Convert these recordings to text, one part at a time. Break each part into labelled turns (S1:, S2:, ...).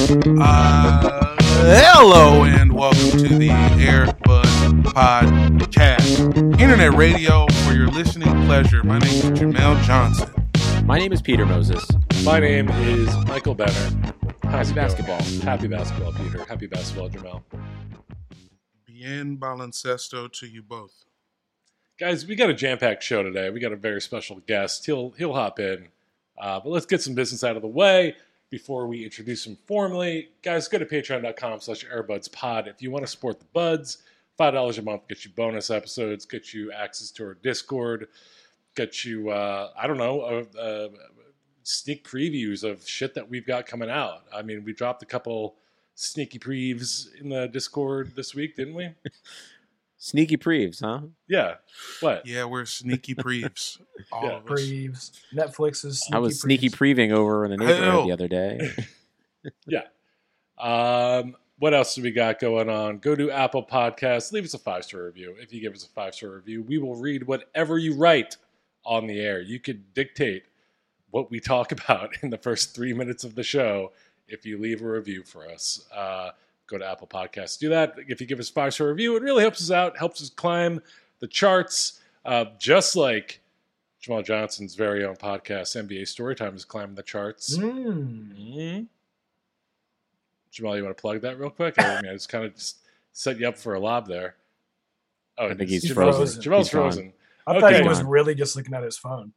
S1: Uh, hello and welcome to the Airbud Podcast, internet radio for your listening pleasure. My name is Jamel Johnson.
S2: My name is Peter Moses.
S3: My name is Michael Benner.
S2: Happy basketball.
S3: Happy basketball, Peter. Happy basketball, Jamel.
S1: Bien baloncesto to you both.
S3: Guys, we got a jam-packed show today. We got a very special guest. He'll he'll hop in, uh, but let's get some business out of the way before we introduce him formally. Guys, go to Patreon.com/slash AirbudsPod if you want to support the buds. Five dollars a month gets you bonus episodes, gets you access to our Discord, gets you uh, I don't know uh, uh, sneak previews of shit that we've got coming out. I mean, we dropped a couple sneaky previews in the Discord this week, didn't we?
S2: Sneaky Preves, huh?
S3: Yeah. What?
S1: Yeah, we're sneaky preeves. All
S3: Yeah,
S1: of us.
S4: Preves. Netflix's.
S2: I was sneaky preving over in the neighborhood
S1: Hell.
S2: the other day.
S3: Um, what else do we got going on? Go to Apple Podcasts. Leave us a five star review. If you give us a five star review, we will read whatever you write on the air. You could dictate what we talk about in the first three minutes of the show if you leave a review for us. Uh, go to Apple Podcasts. Do that. If you give us a five star review, it really helps us out, helps us climb the charts, uh, just like Jamal Johnson's very own podcast, NBA Storytime, is climbing the charts.
S4: Mm.
S3: Mhm. Jamal, you want to plug that real quick? I mean, I just kind of just set you up for a lob there. Oh,
S2: I think
S3: it's
S2: he's
S3: Jamal's-
S4: frozen.
S3: Jamal's
S2: He's gone.
S3: frozen.
S4: I thought he
S3: Okay.
S4: was really just looking at his phone.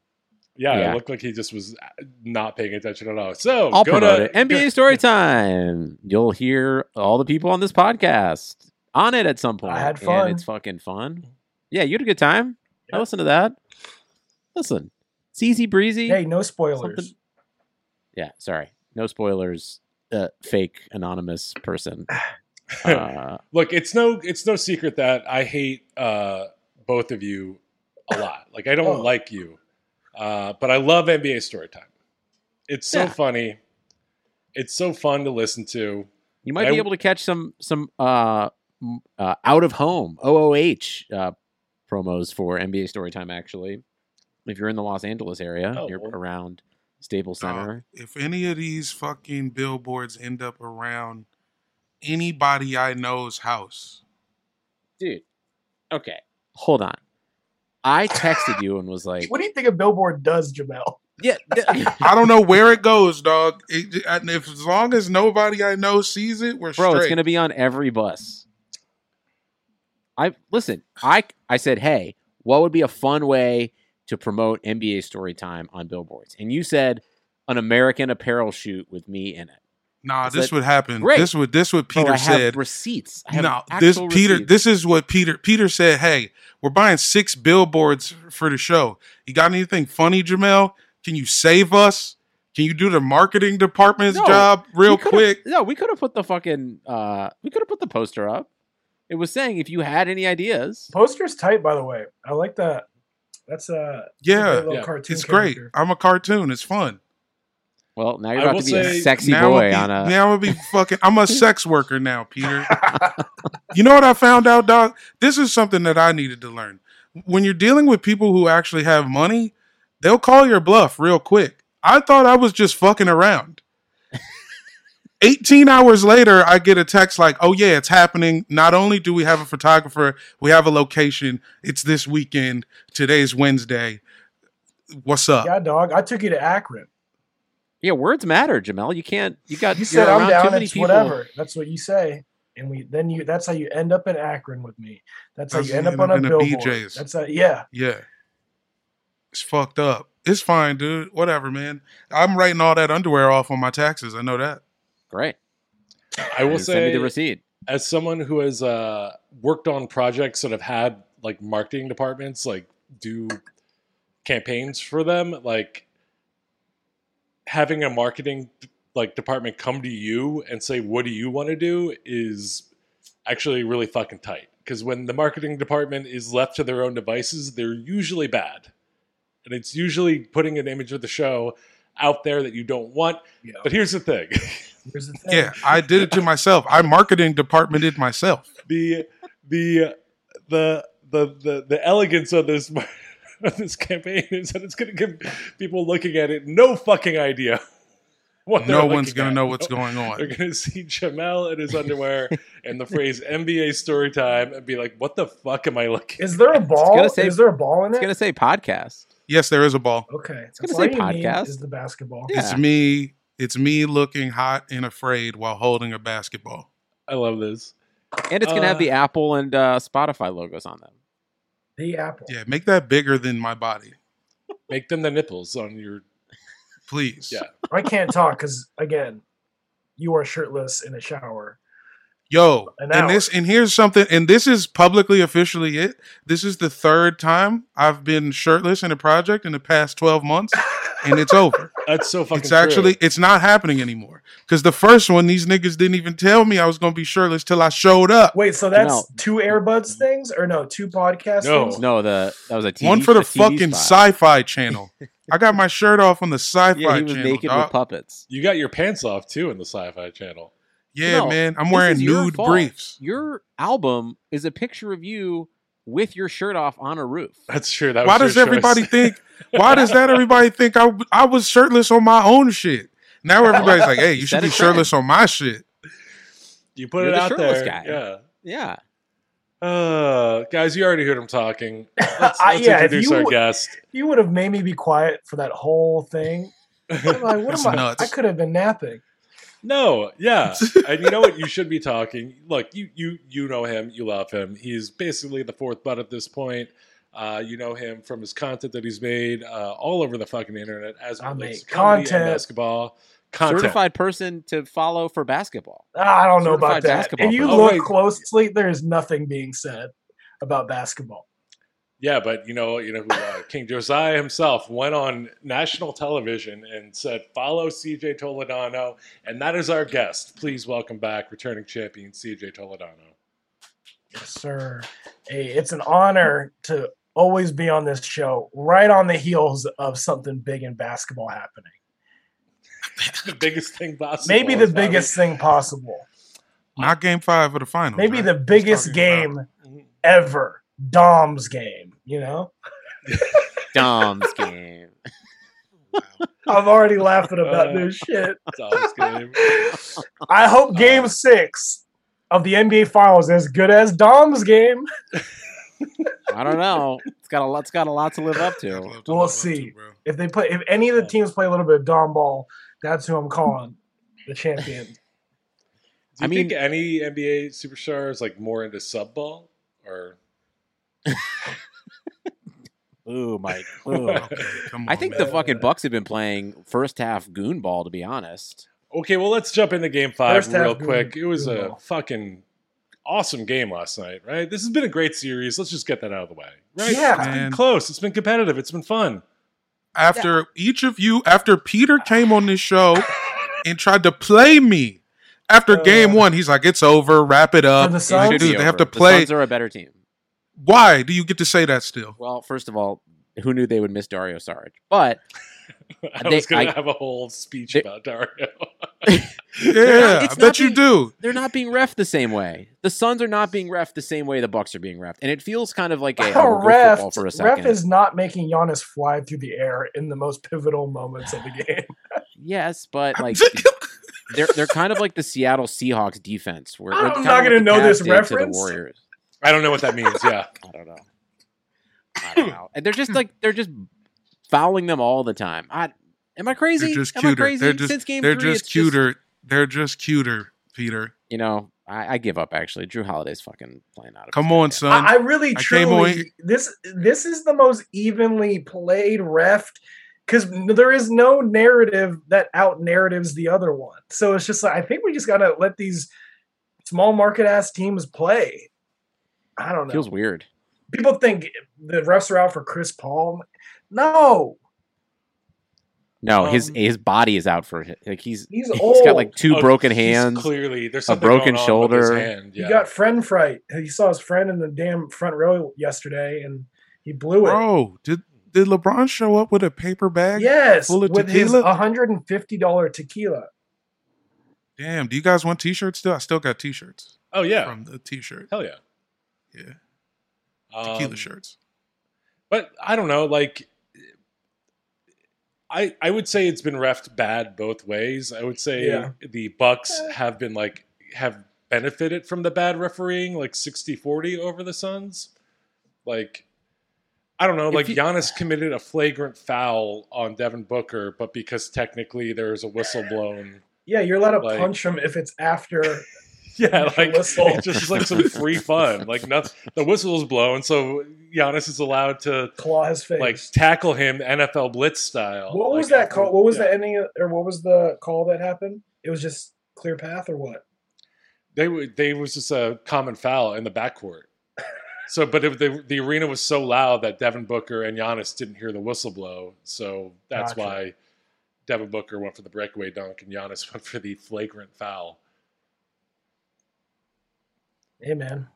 S3: Yeah,
S2: Yeah.
S3: it looked like he just was uh, not paying attention at all. So
S2: I'll
S3: go
S2: promote
S3: to
S2: it. NBA Storytime. You'll hear all the people on this podcast on it at some point.
S4: I had
S2: And
S4: fun.
S2: it's fucking fun. Yeah, you had a good time. I listened to that. Listen, it's easy breezy.
S4: Hey, no spoilers.
S2: Something- Yeah, sorry. No spoilers. Uh, fake anonymous person. Uh,
S3: Look, it's no it's no secret that I hate uh, both of you a lot. Like I don't
S4: Oh.
S3: like you, uh, but I love NBA Storytime. It's so
S2: Yeah.
S3: funny. It's so fun to listen to.
S2: You might
S3: I
S2: be
S3: w-
S2: able to catch some some uh, m- uh, out of home OOH uh, promos for NBA Storytime. Actually, if you're in the Los Angeles area,
S3: Oh,
S2: you're
S3: well.
S2: around Staples
S1: Dog,
S2: Center.
S1: if any of these fucking billboards end up around anybody I know's house,
S2: Dude, okay, hold on. I texted you and was like,
S4: What do you think a billboard does, Jamel?
S2: "Yeah, th-
S1: I don't know where it goes, dog. It, and if as long as nobody I know sees it, we're
S2: bro,
S1: straight.
S2: it's gonna be on every bus." I listen. I I said, "Hey, what would be a fun way to promote NBA Storytime on billboards?" And you said, "An American Apparel shoot with me in it."
S1: Nah,
S2: It's
S1: this
S2: like-
S1: would happen.
S2: Great.
S1: This would this what
S2: Bro,
S1: Peter
S2: Oh, I have
S1: said.
S2: receipts. I have
S1: No, this
S2: actual
S1: Peter.
S2: receipts.
S1: This is what Peter. Peter said. Hey, we're buying six billboards for the show. You got anything funny, Jamel? Can you save us? Can you do the marketing department's
S2: No,
S1: job real
S2: We could've-
S1: quick?
S2: No, we could have put the fucking uh we could have put the poster up. It was saying if you had any ideas.
S4: Poster's tight, by the way. I like that. That's uh, a
S1: Yeah,
S3: yeah.
S4: cartoon
S1: it's great.
S4: character.
S1: I'm a cartoon. It's fun.
S2: Well, now
S3: I
S2: you're about
S3: will
S2: to be a
S3: say-
S2: sexy
S1: now
S2: boy
S1: I'm
S2: on
S1: be,
S2: a
S1: now I'm be fucking. I'm a sex worker now, Peter. you know what I found out, dog? This is something that I needed to learn. When you're dealing with people who actually have money, they'll call your bluff real quick. I thought I was just fucking around. 18 hours later, I get a text like, oh, yeah, it's happening. Not only do we have a photographer, we have a location. It's this weekend. Today's Wednesday. What's up?
S4: Yeah, dog. I took you to Akron.
S2: Yeah, words matter, Jamel. You can't you got
S4: You
S2: you're
S4: said I'm
S2: around too
S4: down.
S2: many
S4: It's
S2: people.
S4: whatever. That's what you say. And we then you. That's how you end up in Akron with me. That's how
S1: That's
S4: you
S1: how
S4: end up on a
S1: in a
S4: billboard.
S1: BJ's.
S4: That's how, yeah.
S1: Yeah. It's fucked up. It's fine, dude. Whatever, man. I'm writing all that underwear off on my taxes. I know that.
S2: Great.
S3: I will
S2: And send me
S3: say,
S2: the receipt.
S3: as someone who has uh, worked on projects that have had like marketing departments like do campaigns for them, like having a marketing like department come to you and say, "What do you want to do?" is actually really fucking tight. Because when the marketing department is left to their own devices, they're usually bad, and it's usually putting an image of the show out there that you don't want.
S4: Yeah.
S3: But here's the thing.
S4: Here's the thing.
S1: Yeah, I did it to myself. I marketing departmented myself.
S3: the the the the the, the elegance of this of this campaign is that it's going to give people looking at it no fucking idea. What they're
S1: No one's
S3: looking
S1: going
S3: at.
S1: to know what's going
S3: They're
S1: on.
S3: going to see Jamel in his underwear and the phrase NBA story time and be like, "What the fuck am I looking?"
S4: Is there a ball?
S2: gonna say-
S4: is there a ball in
S2: It's
S4: it?
S2: gonna say podcast.
S1: Yes, there is a ball.
S4: okay. It's
S2: gonna say podcast.
S4: Is the basketball?
S2: Yeah.
S1: It's me. It's me looking hot and afraid while holding a basketball.
S3: I love this.
S2: And it's gonna have
S3: Uh,
S2: the Apple and uh, Spotify logos on them.
S4: The apple.
S1: Yeah, make that bigger than my body,
S3: Make them the nipples on your.
S1: please.
S3: Yeah.
S4: I can't talk because again, you are shirtless in a shower.
S1: Yo,
S4: An
S1: and
S4: hour.
S1: this and here's something and this is publicly officially it. This is the third time I've been shirtless in a project in the past 12 months and it's over.
S3: That's so fucking.
S1: It's
S3: true.
S1: actually it's not happening anymore. Cause the first one, these niggas didn't even tell me I was gonna be shirtless till I showed up.
S4: Wait, so that's
S2: Jamel.
S4: two Airbuds things or no? Two podcasts?
S3: No.
S4: things?
S2: No, the that was a TV,
S1: one for
S2: a
S1: the
S2: TV
S1: fucking
S2: spot.
S1: sci-fi channel. I got my shirt off on the sci-fi
S2: Yeah, he was
S1: channel.
S2: naked
S1: dog.
S2: with puppets.
S3: You got your pants off too in the Sci-Fi Channel.
S1: yeah,
S2: No,
S1: man. I'm
S2: this
S1: wearing
S2: is your
S1: nude
S2: fault.
S1: briefs.
S2: Your album is a picture of you with your shirt off on a roof.
S3: That's true. That
S1: Why
S3: was
S1: does
S3: your choice.
S1: everybody think why does that everybody think I I was shirtless on my own shit? Now everybody's like, hey, you
S2: Is
S1: should
S2: that
S1: be
S2: a trend?
S1: shirtless on my shit.
S3: you put
S2: You're
S3: it
S2: the
S3: out
S2: shirtless
S3: there?
S2: guy.
S3: Yeah.
S2: Yeah.
S3: Uh, guys, you already heard him talking. Let's,
S4: I-
S3: let's
S4: yeah, if
S3: introduce
S4: you-
S3: our guest.
S4: You would have made me be quiet for that whole thing. I'm like, what
S1: That's
S4: am I?
S1: nuts.
S4: I could have been napping.
S3: no, yeah, and you know what? You should be talking. Look, you you you know him. You love him. He's basically the fourth butt at this point. Uh, you know him from his content that he's made uh, all over the fucking internet as it
S4: I
S3: relates to
S4: make
S3: comedy and
S4: content.
S3: basketball content.
S2: Certified person to follow for basketball.
S4: Ah, I don't know about
S2: Certified
S4: that.
S2: basketball
S4: If you
S2: player.
S3: Oh,
S4: look
S3: wait.
S4: closely, there is nothing being said about basketball.
S3: Yeah, but you know, you know, who, uh, King Josiah himself went on national television and said, "Follow CJ Toledano," and that is our guest. Please welcome back returning champion CJ Toledano.
S4: Yes, sir. Hey, it's an honor to always be on this show, right on the heels of something big in basketball happening.
S3: the biggest thing possible.
S4: Maybe the biggest thing possible.
S1: Not game five of the finals.
S4: Maybe
S1: right?
S4: the
S1: Let's
S4: biggest
S1: talk about-
S4: game
S3: Mm-hmm.
S4: ever. Dom's game, you know?
S2: Dom's game.
S4: I'm already laughing about
S3: Uh.
S4: this shit.
S3: Dom's game.
S4: I hope game
S3: Uh.
S4: six of the NBA Finals is as good as Dom's game.
S2: I don't know. It's got a lot. It's got a lot to live up
S1: I'd
S2: to.
S1: love to
S4: We'll
S1: live up to,
S4: see.
S1: bro.
S4: If they play, if any of the teams play a little bit of Dom ball, that's who I'm calling the champion.
S3: Do you
S2: I mean-
S3: think any NBA superstar is like more into sub ball or
S2: Ooh, Mike.
S1: Okay, come
S2: I
S1: on,
S2: think
S1: man.
S2: the fucking Bucks have been playing first half goon ball. To be honest,
S3: okay? Well, let's jump into Game Five
S4: First half,
S3: real
S4: good-
S3: quick. It was
S4: good
S3: a
S4: ball.
S3: fucking awesome game last night, right? This has been a great series. Let's just get that out of the way, right?
S4: Yeah.
S3: it's been
S1: Man.
S3: close. It's been competitive. It's been fun.
S1: after each of you, after Peter came on this show and tried to play me after game
S4: Uh,
S1: one, he's like, "It's over, wrap it up."
S4: the
S1: It's
S2: It
S1: like,
S4: Suns?
S2: should be
S1: dude, they have to
S2: over. The
S1: play.
S2: Suns are a better team.
S1: Why do you get to say that still?
S2: Well, first of all, who knew they would miss Dario Saric? But
S3: I
S2: They-
S3: was going
S2: I-
S3: to have a whole speech
S2: They-
S3: about Dario.
S1: Yeah,
S2: it's
S1: I
S2: not
S1: bet you
S2: being-
S1: do.
S2: they're not being ref the same way. The Suns are not being ref the same way the Bucks are being ref, and it feels kind of like a oh, we'll go
S4: ref,
S2: football for a second.
S4: ref is not making Giannis fly through the air in the most pivotal moments of the game.
S2: yes, but like they're they're kind of like the Seattle Seahawks defense. Where
S4: I'm
S2: or kinda
S4: not
S2: like
S4: gonna
S2: the
S4: know
S2: Cavs
S4: this
S2: did to the
S4: reference.
S2: Warriors.
S3: I don't know what that means. Yeah.
S2: I don't know. I don't know. And they're just like they're just fouling them all the time. I am I crazy?
S1: They're just
S2: am I
S1: cuter.
S2: crazy?
S1: They're just
S2: Since game
S1: they're
S2: three,
S1: just
S2: it's
S1: cuter. They're just cuter, Peter.
S2: you know, I, I give up. Actually, Drew Holiday's fucking playing out. Of
S1: Come
S2: his
S1: on,
S2: goddamn-
S1: son.
S4: I, I really
S1: I came
S4: truly
S1: away-
S4: this this is the most evenly played ref because there is no narrative that out narratives the other one. So it's just like I think we just gotta let these small market ass teams play. I don't know.
S2: Feels weird.
S4: People think the refs are out for Chris Paul. No,
S2: No, his
S4: Um,
S2: his body is out for hi- like he's
S4: he's
S2: he's
S4: old.
S2: got like two
S3: Oh,
S2: broken
S3: he's
S2: hands.
S3: Clearly, there's
S2: a
S3: something going
S2: broken
S3: on with his
S2: shoulder.
S3: hand,
S4: He
S3: Yeah.
S4: got friend fright. He saw his friend in the damn front row yesterday, and he blew it.
S1: Bro, did did LeBron show up with a paper bag?
S4: yes,
S1: full of
S4: with his
S1: tequila?
S4: one hundred and fifty dollar tequila.
S1: Damn. Do you guys want T-shirts still? I still got T-shirts
S3: oh yeah.
S1: from the T-shirt.
S3: Hell yeah.
S1: Yeah,
S3: Um,
S1: tequila shirts.
S3: But I don't know, like I I would say it's been refed bad both ways. I would say
S4: Yeah.
S3: the Bucks have been like have benefited from the bad refereeing, like 60-40 over the Suns. Like I don't know,
S2: If
S3: like
S2: you-
S3: Giannis committed a flagrant foul on Devin Booker, but because technically there is a whistle blown.
S4: Yeah, you're allowed to
S3: Like-
S4: punch him if it's after.
S3: Yeah,
S4: The
S3: like
S4: whistle.
S3: it's just like some free fun. Like nothing, the whistle is blown, so Giannis is allowed to
S4: claw his face.
S3: like tackle him NFL blitz style.
S4: what
S3: Like,
S4: was that
S3: after-
S4: call? What was
S3: yeah.
S4: the ending, of- or what was the call that happened? It was just clear path, or what?
S3: They were they was just a common foul in the backcourt. So, but it, the the arena was so loud that Devin Booker and Giannis didn't hear the whistle blow. So that's
S4: Gotcha.
S3: why Devin Booker went for the breakaway dunk and Giannis went for the flagrant foul.
S4: Hey, man.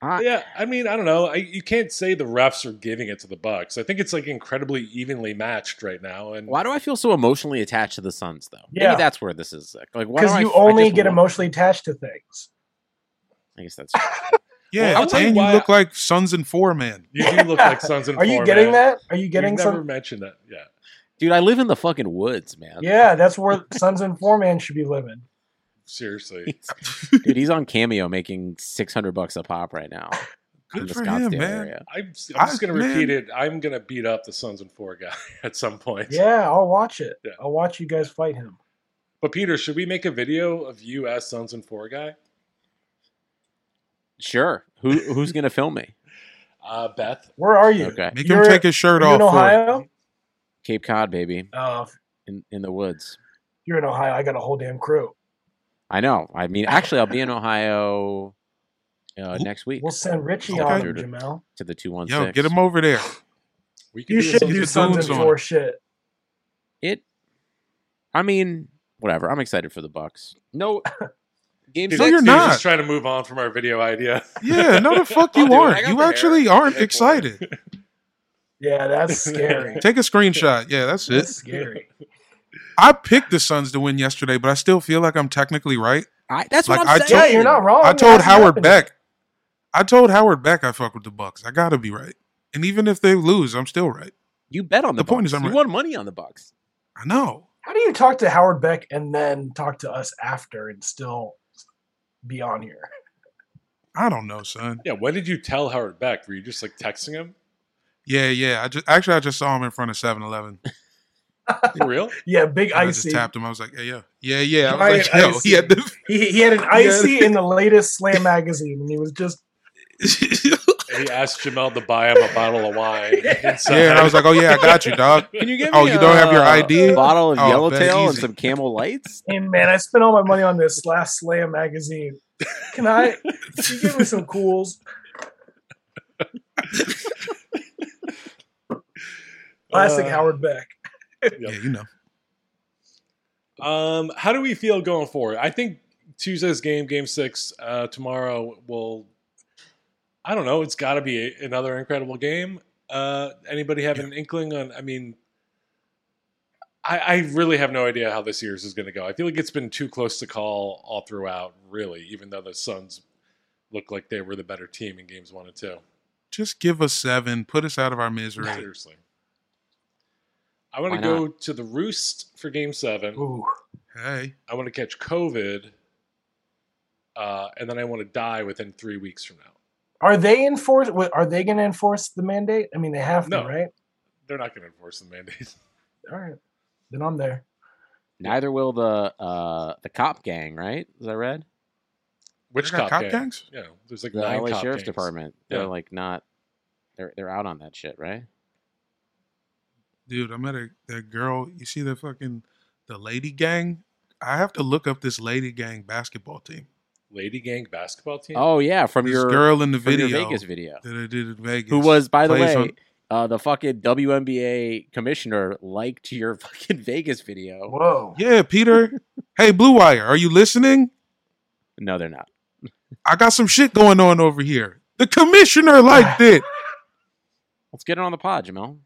S2: I,
S3: yeah, I mean, I don't know. I, you can't say the refs are giving it to the Bucks. I think it's like incredibly evenly matched right now. And
S2: Why do I feel so emotionally attached to the Suns though?
S4: Yeah.
S2: Maybe that's where this is. Like, like why do
S4: Because
S2: I
S4: you
S2: f- I
S4: only
S2: just
S4: get
S2: want-
S4: emotionally attached to things.
S2: I guess that's
S1: Yeah,
S3: I'll tell you
S1: and you
S3: why
S1: look
S3: I-
S1: like Sons and Four Man.
S3: you do look like Suns and
S4: Are you
S3: Four,
S4: getting
S3: man.
S4: that? Are you getting
S3: You've never
S4: some?
S3: mentioned that. Yeah.
S2: dude. I live in the fucking woods, man.
S4: Yeah, that's where Sons and Four Man should be living.
S3: Seriously.
S2: He's- dude, he's on Cameo making six hundred bucks a pop right now. in
S1: Good
S2: the
S1: for
S2: Scottsdale
S1: him, man.
S2: area.
S3: I'm, I'm just
S1: I-
S3: going to repeat
S1: man.
S3: it. I'm going to beat up the Suns and Four guy at some point.
S4: Yeah, I'll watch it.
S3: Yeah.
S4: I'll watch you guys fight him.
S3: But Peter, should we make a video of you as Suns and Four guy?
S2: Sure. Who who's gonna film me?
S3: Uh, Beth.
S4: Where are you?
S2: Okay.
S1: Make
S4: You're-
S1: him take his
S4: Are
S1: shirt
S4: you
S1: off.
S4: in
S1: for it.
S4: Ohio?
S2: Cape Cod, baby,
S4: Uh, if
S2: in in the woods.
S4: you're in Ohio. I got a whole damn crew.
S2: I know. I mean, actually, I'll be in Ohio uh, next week
S4: We'll send Richie
S1: Okay.
S4: on him, Jamel.
S2: to the two one
S1: Yo,
S2: six.
S1: get him over there.
S3: We could
S4: You
S3: do
S4: should
S3: some-
S1: get
S4: do
S1: the
S4: Sons and
S1: goons on
S4: Four
S1: it.
S4: shit.
S2: It. I mean, whatever. I'm excited for the Bucks. No. Game
S3: Dude,
S1: No,
S2: six.
S1: you're
S3: dude,
S1: not.
S3: Just trying to move on from our video idea.
S1: Yeah, no, the fuck you
S2: Dude, I
S1: aren't.
S2: got
S1: You
S2: the hair.
S1: actually aren't
S2: Hey, boy.
S1: excited.
S4: Yeah, that's scary.
S1: Take a screenshot. Yeah, that's it.
S4: That's scary.
S1: I picked the Suns to win yesterday, but I still feel like I'm technically right.
S2: I, that's what
S1: Like,
S2: I'm
S1: I
S2: saying.
S4: yeah, you're not wrong.
S1: I
S4: It
S1: told
S4: hasn't
S1: Howard
S4: happened
S1: Beck. I told Howard Beck I fuck with the Bucks. I gotta be right. And even if they lose, I'm still right.
S2: You bet on the,
S1: The point
S2: Bucks.
S1: is I'm
S2: you
S1: right.
S2: won money on the Bucks.
S1: I know.
S4: How do you talk to Howard Beck and then talk to us after and still be on here?
S1: I don't know, son.
S3: yeah. What did you tell Howard Beck? Were you just like texting him?
S1: Yeah, yeah. I just actually I just saw him in front of 7-Eleven.
S3: For real?
S4: Yeah, big
S1: And I just
S4: icy.
S1: tapped him. I was like, yeah, yeah, yeah, yeah.
S4: Giant
S1: I was like, yo,
S4: icy.
S1: he had the
S4: He, he had an icy in the latest Slam magazine, and he was just
S3: And he asked Jamel to buy him a bottle of wine. inside.
S1: Yeah, and I was like, oh yeah, I got you, dog.
S2: Can you give
S1: Oh,
S2: me
S1: you don't have your
S2: a
S1: ID?
S2: Bottle of
S1: Oh, bet,
S2: Yellowtail and
S1: easy.
S2: some Camel Lights.
S4: Hey man, I spent all my money on this last Slam magazine. Can I? Can you give me some cools? Classic
S3: Uh,
S4: Howard Beck.
S1: Yeah,
S3: Yep.
S1: you know.
S3: Um, how do we feel going forward? I think Tuesday's game, game six, uh, tomorrow will. I don't know. It's got to be a- another incredible game. Uh, anybody have an inkling on? I mean, I, I really have no idea how this year's is going to go. I feel like it's been too close to call all throughout, really, even though the Suns looked like they were the better team in games one and two.
S1: Just give us seven. Put us out of our misery.
S3: Seriously. I want
S2: Why
S3: to go to the Roost for game seven.
S4: Ooh.
S1: hey,
S3: I want to catch COVID, uh, and then I want to die within three weeks from now.
S4: Are they enforce? wait, Are they going to enforce the mandate? I mean, they have to,
S3: No.
S4: right?
S3: They're not going to enforce the mandate.
S4: All right, then I'm there.
S2: Neither will the uh, the cop gang, right? Is that read?
S3: Which
S1: They got
S3: cop,
S1: cop
S3: gang?
S1: gangs?
S3: Yeah, there's like
S2: The
S3: nine
S2: LA
S3: cop
S2: Sheriff's
S3: gangs.
S2: Department. They're
S3: Yeah.
S2: like not. They're they're out on that shit, right?
S1: dude, I met a that girl. You see the fucking the lady gang? I have to look up this lady gang basketball team.
S3: Lady gang basketball team.
S2: Oh yeah, from
S1: this
S2: your
S1: girl in the
S2: from your
S1: video
S2: Vegas video.
S1: that I did in Vegas.
S2: Who was, by the
S1: plays
S2: way,
S1: on-
S2: uh, the fucking WNBA commissioner liked your fucking Vegas video.
S4: Whoa.
S1: yeah, Peter. hey, Blue Wire, are you listening?
S2: No, they're not.
S1: I got some shit going on over here. The commissioner liked it.
S2: Let's get it on the pod, Jamel.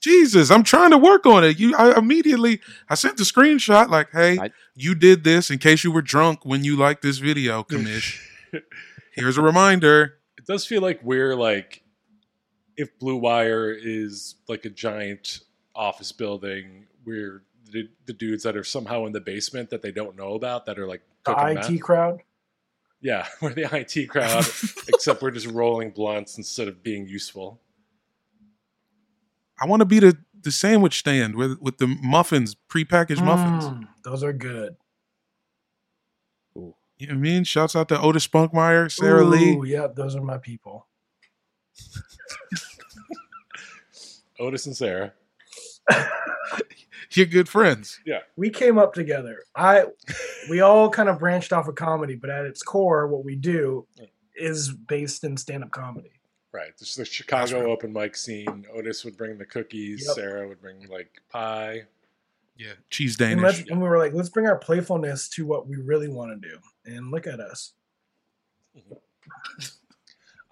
S1: Jesus, I'm trying to work on it. You, I immediately, I sent the screenshot like, "Hey,
S2: I-
S1: you did this in case you were drunk when you liked this video, commish. Here's a reminder."
S3: it does feel like we're like if Blue Wire is like a giant office building, we're the, the dudes that are somehow in the basement that they don't know about that are like
S4: The
S3: cooking
S4: IT
S3: meth.
S4: crowd.
S3: Yeah, we're the IT crowd, except we're just rolling blunts instead of being useful.
S1: I want to be the the sandwich stand with with the muffins, prepackaged muffins.
S4: Mm, those are good.
S1: You know what I mean? Shouts out to Otis Spunkmeyer, Sarah Lee.
S4: Ooh, Yep, those are my people.
S3: Otis and Sarah.
S1: You're good friends.
S4: we came up together. I we all kind of branched off of comedy, but at its core, what we do is based in stand-up comedy.
S3: Right. There's the Chicago open mic scene. Otis would bring the cookies.
S4: Yep.
S3: Sarah would bring like pie.
S1: Yeah, cheese
S4: And, let's,
S1: Danish.
S4: and we were like, let's bring our playfulness to what we really want to do. And look at us.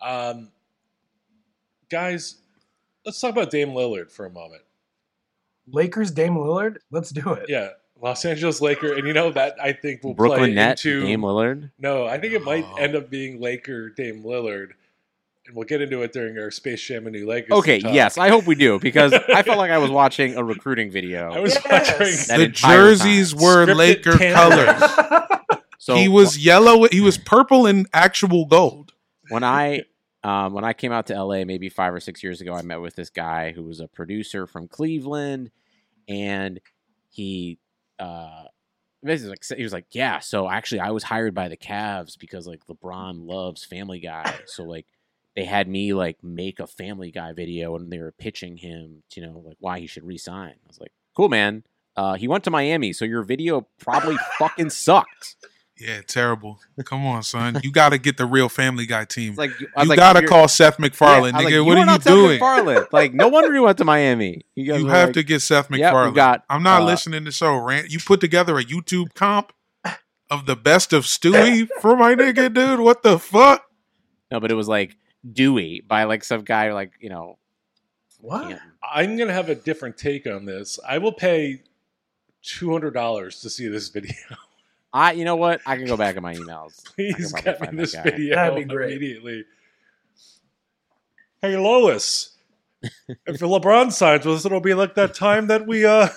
S3: Um, guys, let's talk about Dame Lillard for a moment.
S4: Lakers, Dame Lillard, let's do it.
S3: Yeah, Los Angeles Laker, and you know that I think will play
S2: Brooklyn Net,
S3: into
S2: Dame Lillard.
S3: No, I think it might
S4: Oh.
S1: No.
S3: end up being Laker Dame Lillard, and we'll get into it during our Space Jam and New Lakers.
S2: Okay,
S3: talk.
S2: yes, I hope we do because I felt like I was watching a recruiting video.
S3: I was
S4: Yes.
S3: wondering.
S2: That
S1: the
S2: entire time.
S1: jerseys were
S3: Scripted
S1: Laker
S3: tan-
S1: colors.
S2: so
S1: he was yellow. He was purple and actual gold.
S2: when I um, when I came out to LA maybe five or six years ago, I met with this guy who was a producer from Cleveland, and he uh, basically like, he was like, yeah. So actually, I was hired by the Cavs because like LeBron loves Family Guy, so like they had me like make a Family Guy video, and they were pitching him, you know, like why he should resign. I was like, cool, man. Uh, he went to Miami, so your video probably fucking sucked.
S1: Yeah, terrible. Come on, son. You got to get the real Family Guy team.
S2: It's like I
S1: you
S2: was like,
S1: got to
S2: "You're-
S1: call Seth McFarlane,
S2: Yeah, I was
S1: nigga.
S2: like,
S1: what
S2: you
S1: are you
S2: not Seth
S1: doing?
S2: McFarlane. Like, no wonder you went to Miami. guys
S1: You
S2: were
S1: have
S2: like,
S1: to get
S2: "Yep,
S1: Seth
S2: we
S1: McFarlane.
S2: got,
S1: I'm not
S2: uh,
S1: listening to show rant. You put together a YouTube comp of the best of Stewie for my nigga, dude. What the fuck?
S2: No, but it was like Dewey by like some guy like you know.
S4: what?
S2: Can't-
S3: I'm going to have a different take on this. I will pay $200 to see this video.
S2: I you know what? I can go back in my emails. I can
S3: Please
S2: probably
S3: get me
S2: find that
S3: this
S2: guy.
S3: video
S4: That'd be great.
S3: immediately. Hey, Lois. if LeBron signs with us, it'll be like that time that we uh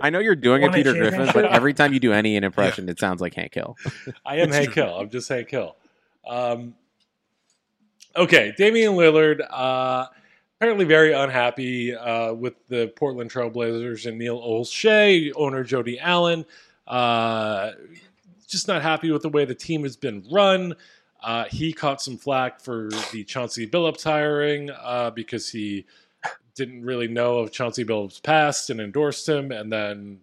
S2: I know you're doing a
S4: Won a
S2: Peter Griffin, but
S4: championship.
S2: every time you do any an impression, it sounds like Hank Hill.
S3: I am
S1: It's
S3: Hank
S1: true.
S3: Hill. I'm just Hank Hill. Um, okay, Damian Lillard, uh, apparently very unhappy uh, with the Portland Trailblazers and Neil Olshay, owner Jody Allen. Uh, just not happy with the way the team has been run. Uh, he caught some flack for the Chauncey Billups hiring uh, because he didn't really know of Chauncey Billups' past and endorsed him, and then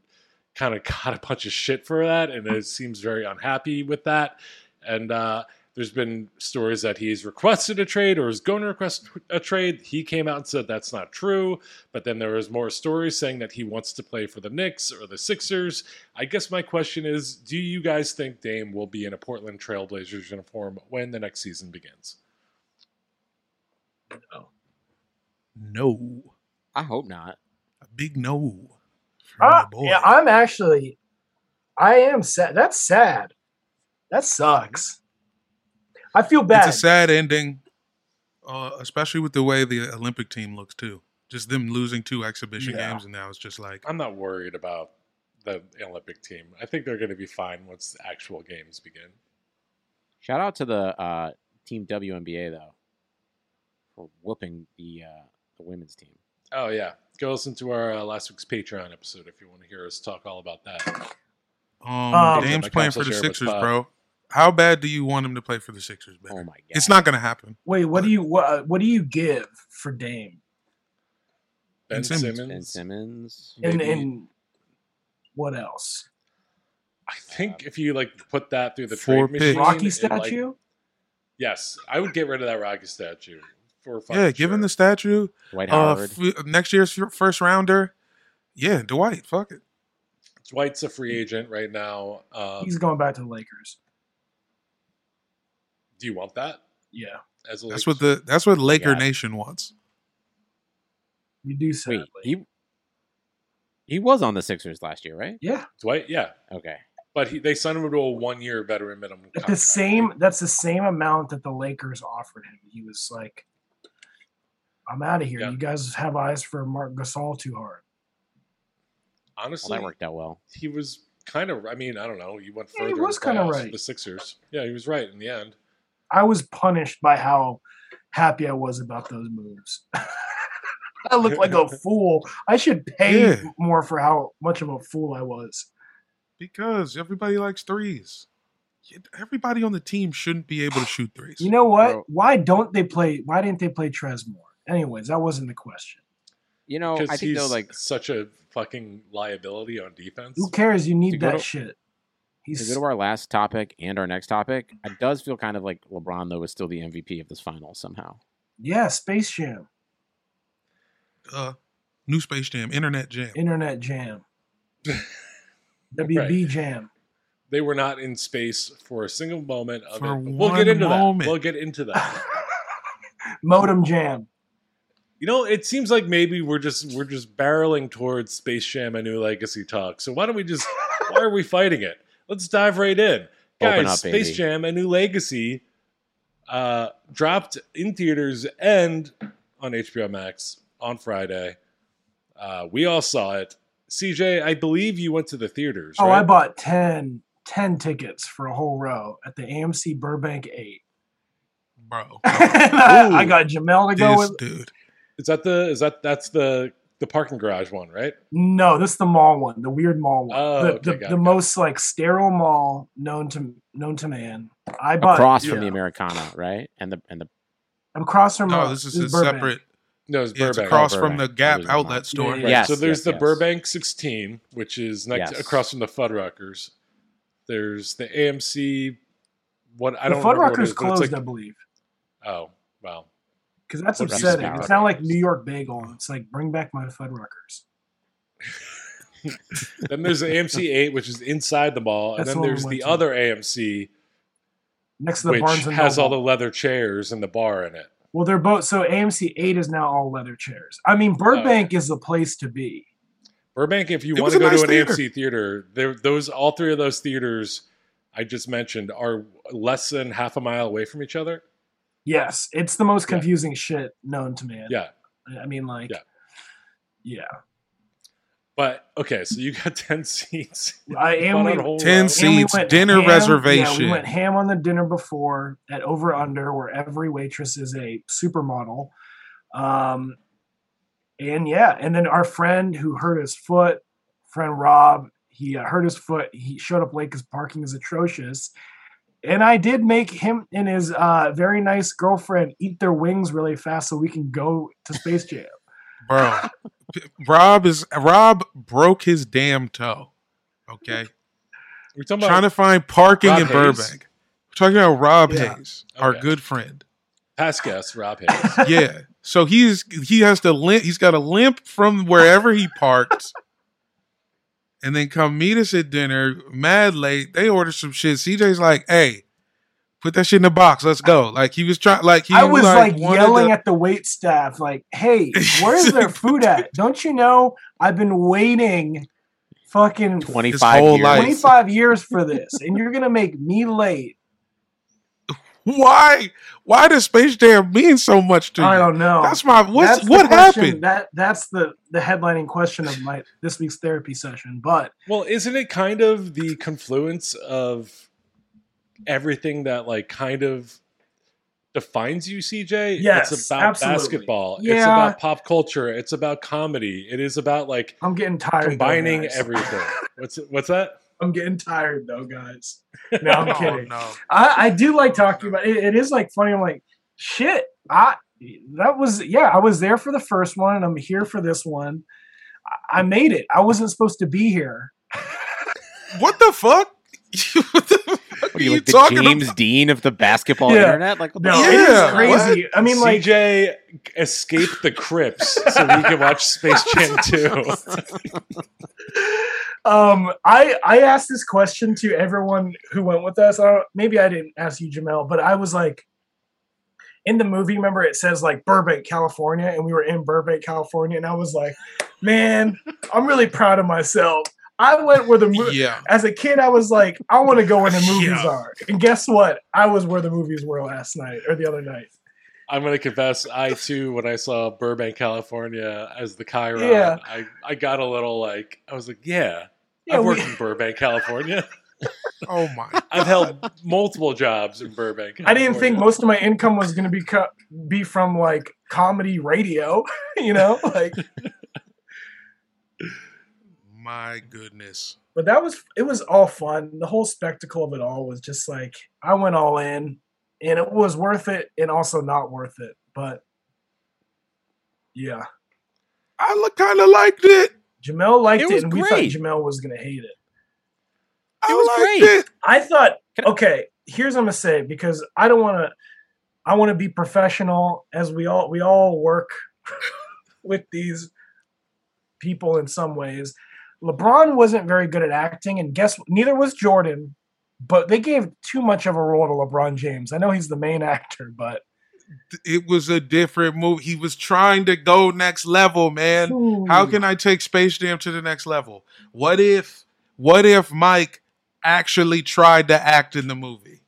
S3: kind of got a bunch of shit for that, and it seems very unhappy with that. And uh, There's been stories that he's requested a trade or is going to request a trade. He came out and said that's not true. But then there was more stories saying that he wants to play for the Knicks or the Sixers. I guess my question is, do you guys think Dame will be in a Portland Trailblazers uniform when the next season begins?
S1: No,
S2: I hope not.
S1: a big no. for my
S4: Ah,
S1: Oh, boy.
S4: yeah, I'm actually, I am sad. That's sad. That sucks. I feel bad.
S1: It's a sad ending, uh, especially with the way the Olympic team looks too. Just them losing two exhibition
S4: Yeah.
S1: games, and now it's just like
S3: I'm not worried about the Olympic team. I think they're going to be fine once the actual games begin.
S2: Shout out to the uh, team WNBA though for whooping the uh, the women's team.
S3: Oh yeah, go listen to our uh, last week's Patreon episode if you want to hear us talk all about that.
S1: Um,
S4: Um,
S1: Dame's
S3: Like
S1: playing
S3: Council
S1: for the
S3: Chair, but
S1: Sixers,
S3: five.
S1: bro. How bad do you want him to play for the Sixers, man?
S2: Oh my god!
S1: It's not gonna happen.
S4: Wait, what do you what, what do you give for Dame?
S3: Ben
S1: Simmons.
S3: Simmons.
S2: Ben Simmons.
S4: And
S3: Maybe-
S4: and what else?
S3: I think if you like put that through the
S1: Four
S3: trade machine,
S1: picks.
S4: Rocky
S3: and, like-
S4: statue?
S3: yes, I would get rid of that Rocky statue. For fucking
S1: Yeah, give him
S3: sure.
S1: the statue.
S2: Dwight
S1: Uh,
S2: Howard.
S1: f- next year's f- first rounder. Yeah, Dwight. Fuck it.
S3: Dwight's a free agent right now. Um,
S4: He's going back to the Lakers.
S3: do you want that?
S4: Yeah,
S3: As a
S1: That's
S3: Lakers-
S1: what the that's what Laker
S2: God.
S1: Nation wants.
S4: you do sadly.
S2: Wait, he he was on the Sixers last year, right?
S4: yeah,
S3: Dwight. Yeah,
S2: Okay.
S3: but he, they signed him to a one-year veteran minimum.
S4: That's the
S3: contract.
S4: same. That's the same amount that the Lakers offered him. He was like, "I'm out of here.
S3: Yeah.
S4: You guys have eyes for Mark Gasol too hard."
S2: Well,
S3: Honestly,
S2: that worked out well.
S3: he was kind of. I mean, I don't know. You went
S4: Yeah,
S3: further.
S4: he
S3: in
S4: was
S3: the
S4: kinda
S3: playoffs with
S4: right.
S3: The Sixers. Yeah, he was right in the end.
S4: I was punished by how happy I was about those moves. I looked like a fool. I should pay
S1: Yeah.
S4: more for how much of a fool I was.
S1: Because everybody likes threes. Everybody on the team shouldn't be able to shoot threes.
S4: You know what?
S2: Bro.
S4: Why don't they play? Why didn't they play Trez more? Anyways, that wasn't the question.
S2: You know, Oh, I
S3: Because
S2: think
S3: he's
S2: though, like
S3: such a fucking liability on defense.
S4: Who cares? You
S2: To
S4: need
S2: go
S4: that
S2: to-
S4: shit.
S2: to
S4: He's
S2: go to our last topic and our next topic, it does feel kind of like LeBron though is still the MVP of this final somehow.
S4: yeah, Space Jam,
S1: Uh, new Space Jam, Internet Jam.
S4: Internet Jam, WB
S3: Right.
S4: Jam.
S3: They were not in space for a single moment of
S1: For
S3: it. but We'll
S1: one
S3: get into
S1: moment.
S3: that. We'll get into that.
S4: Modem Jam.
S3: You know, it seems like maybe we're just we're just barreling towards Space Jam: A New Legacy talk. So why don't we just why are we fighting it? Let's dive right in, guys.
S2: up,
S3: Space
S2: baby.
S3: Jam: A New Legacy uh, dropped in theaters and on HBO Max on Friday. Uh, we all saw it. CJ, I believe you went to the theaters.
S4: Oh,
S3: right?
S4: I bought 10, 10 tickets for a whole row at the AMC Burbank 8.
S1: Bro,
S4: And I, I
S1: Ooh.
S4: got Jamel to go
S1: this
S4: with.
S1: dude.
S3: Is that the is that that's the the parking garage one, right?
S4: No, this is the mall one, the weird mall one,
S3: Oh,
S4: the, the,
S3: okay, got it,
S4: the
S3: got it.
S4: most like sterile mall known to known to man. I bought
S2: Across from the
S4: yeah,
S2: Americana, right? And the and the
S4: across from uh,
S1: No, Oh, this is a
S4: Burbank.
S1: separate.
S3: No, it's
S1: Yeah, it's
S3: Burbank.
S1: across
S2: Oh,
S1: from the
S2: Burbank. I
S1: Gap
S2: was wrong.
S1: outlet store.
S4: Yeah, yeah,
S3: Right.
S4: yeah.
S2: Yes,
S3: so there's
S2: yes,
S3: the
S2: yes.
S3: Burbank 16, which is next
S2: Yes.
S3: across from the Fuddruckers. There's the AMC. What I
S4: The
S3: don't remember
S4: Fuddruckers
S3: what it is, but it's
S4: closed, I
S3: like-
S4: believe,
S3: oh well,
S4: because that's
S3: Fuddruckers
S4: upsetting.
S2: now.
S4: It's not like New York Bagel. It's like bring back my Fuddruckers.
S3: then there's the AMC 8, which is inside the mall, and
S4: That's
S3: then
S4: the one we
S3: there's
S4: went
S3: the
S4: to.
S3: other AMC,
S4: Next to the
S3: which
S4: Barnes and
S3: has all the
S4: Noble.
S3: leather chairs and the bar in it.
S4: Well, they're both so AMC eight is now all leather chairs. I mean,
S3: Oh,
S4: Burbank is the place to be.
S3: Burbank, if you
S1: It was
S3: want to
S1: a
S3: go
S1: nice
S3: to an
S1: theater.
S3: AMC theater, there those all three of those theaters I just mentioned are less than half a mile away from each other.
S4: Yes, it's the most
S3: Yeah.
S4: confusing shit known to man.
S3: Yeah.
S4: I mean, like,
S3: Yeah.
S4: yeah.
S3: But okay, so you got 10 seats.
S4: I am.
S3: But
S4: We,
S3: on a whole
S1: 10
S3: row.
S1: seats.
S4: Yeah,
S1: dinner
S4: we
S1: reservation.
S4: went ham on the dinner before at Over Under, where every waitress is a supermodel. Um, and yeah, and then our friend who hurt his foot, friend Rob, he uh, hurt his foot. He showed up late because parking is atrocious. And I did make him and his uh, very nice girlfriend eat their wings really fast so we can go to Space Jam.
S1: Bro, P- Rob is Rob broke his damn toe. Okay,
S3: We're talking
S1: trying
S3: about
S1: to find parking
S3: Rob
S1: in
S3: Hayes?
S1: Burbank. talking about Rob
S4: Yeah.
S1: Hayes, our
S3: Okay.
S1: good friend.
S3: Past guest Rob Hayes.
S1: Yeah. So he's he has to limp. He's got a limp from wherever he parked, and then come meet us at dinner. Mad late. They order some shit. CJ's like, "Hey, put that shit in the box. Let's go." Like he was trying. Like he
S4: I was like,
S1: wanted
S4: yelling
S1: to-
S4: at the wait staff, like, "Hey, where's their food at? Don't you know I've been waiting, fucking
S2: Twenty
S1: whole
S2: five
S1: life.
S2: years.
S4: 25 years for this, and you're gonna make me late."
S1: why? Why does Space Jam mean so much to you?
S4: I don't know.
S1: That's my what's,
S4: That's the
S1: what
S4: question-
S1: happened.
S4: That that's the the headlining question of my this week's therapy session. But
S3: well, isn't it kind of the confluence of everything that like kind of defines you, CJ?
S4: Yes,
S3: it's about
S4: absolutely.
S3: basketball. It's
S4: Yeah.
S3: about pop culture. It's about comedy. It is about like
S4: I'm getting tired. though,
S3: combining
S4: guys.
S3: everything. What's what's that?
S4: I'm getting tired though, guys. No, I'm
S1: Oh,
S4: kidding.
S1: no.
S4: I, I do like talking about it. It is like funny. I'm like, shit. I that was yeah. I was there for the first one, and I'm here for this one. I, I made it. I wasn't supposed to be here.
S1: What the fuck? what the fuck
S2: What are you, like the
S1: talking
S2: James
S1: about?
S2: Dean of the basketball
S4: Yeah.
S2: internet? Like, what the
S4: No,
S2: fuck?
S1: Yeah,
S4: it is crazy. I mean, like,
S3: CJ escaped the crypts so we can watch Space Jam 2.
S4: um, I I asked this question to everyone who went with us. I don't, maybe I didn't ask you, Jamel, but I was like, in the movie, remember it says like Burbank, California, and we were in Burbank, California, and I was like, man, I'm really proud of myself. I went where the movie.
S1: Yeah.
S4: as a kid, I was like, I want to go where the movies
S1: Yeah.
S4: are. And guess what? I was where the movies were last night or the other night.
S3: I'm going to confess, I too, when I saw Burbank, California as the Chiron,
S4: Yeah.
S3: I, I got a little like, I was like, yeah,
S4: Yeah,
S3: I've
S4: we-
S3: worked in Burbank, California.
S1: Oh my.
S3: I've held multiple jobs in Burbank.
S4: I didn't think
S3: California.
S4: most of my income was going to be co- be from like comedy radio, you know, like.
S1: My goodness.
S4: But that was it was all fun. The whole spectacle of it all was just like I went all in, and it was worth it, and also not worth it. But yeah,
S1: I look kind of liked it.
S4: Jamel liked
S2: It
S4: it,
S2: was
S4: and we
S2: great.
S4: thought Jamel was going to hate it.
S1: I
S2: It was
S1: liked
S2: great.
S1: it.
S4: I thought,
S2: Can I-
S4: okay, here's what I'm gonna say because I don't want to. I want to be professional, as we all we all work with these people in some ways. LeBron wasn't very good at acting, and guess neither was Jordan. But they gave too much of a role to LeBron James. I know he's the main actor, but
S1: It was a different move. He was trying to go next level, man. How can I take Space Jam to the next level? What if what if Mike actually tried to act in the movie?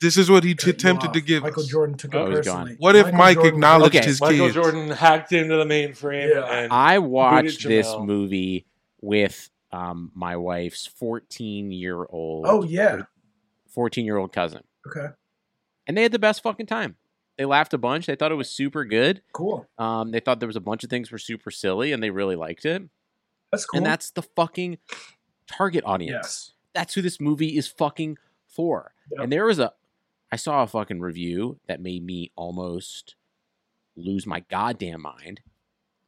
S1: This is what he t- attempted to give
S4: Michael
S1: us.
S4: Jordan took
S3: Oh,
S4: it
S2: he's
S4: personally.
S2: gone.
S1: What if
S4: Michael
S1: Mike
S4: Jordan-
S1: acknowledged
S2: Okay.
S1: his
S3: Michael
S1: kids?
S3: Jordan hacked into the mainframe.
S4: Yeah.
S3: and
S2: I watched
S3: Jamel.
S2: this movie with um, my wife's fourteen year old.
S4: Oh yeah,
S2: fourteen year old cousin,
S4: okay,
S2: and they had the best fucking time. They laughed a bunch. They thought it was super good.
S4: cool.
S2: Um, they thought there was a bunch of things were super silly, and they really liked it.
S4: That's cool.
S2: And that's the fucking target audience.
S4: yes.
S2: That's who this movie is fucking for.
S4: Yep.
S2: And there was a, I saw a fucking review that made me almost lose my goddamn mind.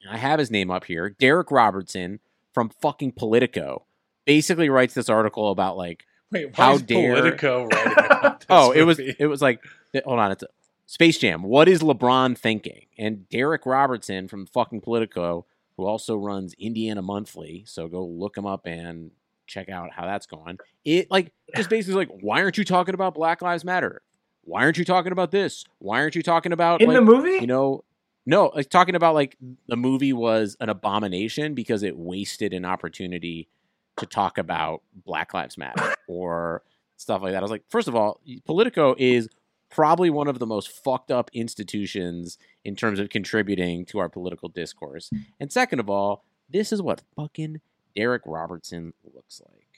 S2: And I have his name up here. Derek Robertson from fucking Politico basically writes this article about like,
S3: Wait, why
S2: How
S3: is
S2: dare-
S3: Politico writing about this
S2: oh, it was
S3: movie?
S2: it was like, th- hold on, it's a, Space Jam. What is LeBron thinking? And Derek Robertson from fucking Politico, who also runs Indiana Monthly, so go look him up and check out how that's going. It like just basically like, why aren't you talking about Black Lives Matter? Why aren't you talking about this? Why aren't you talking about
S4: In
S2: like,
S4: the movie,
S2: you know no like talking about like the movie was an abomination because it wasted an opportunity to talk about black lives matter or stuff like that i was like first of all politico is probably one of the most fucked up institutions in terms of contributing to our political discourse and second of all this is what fucking derek robertson looks like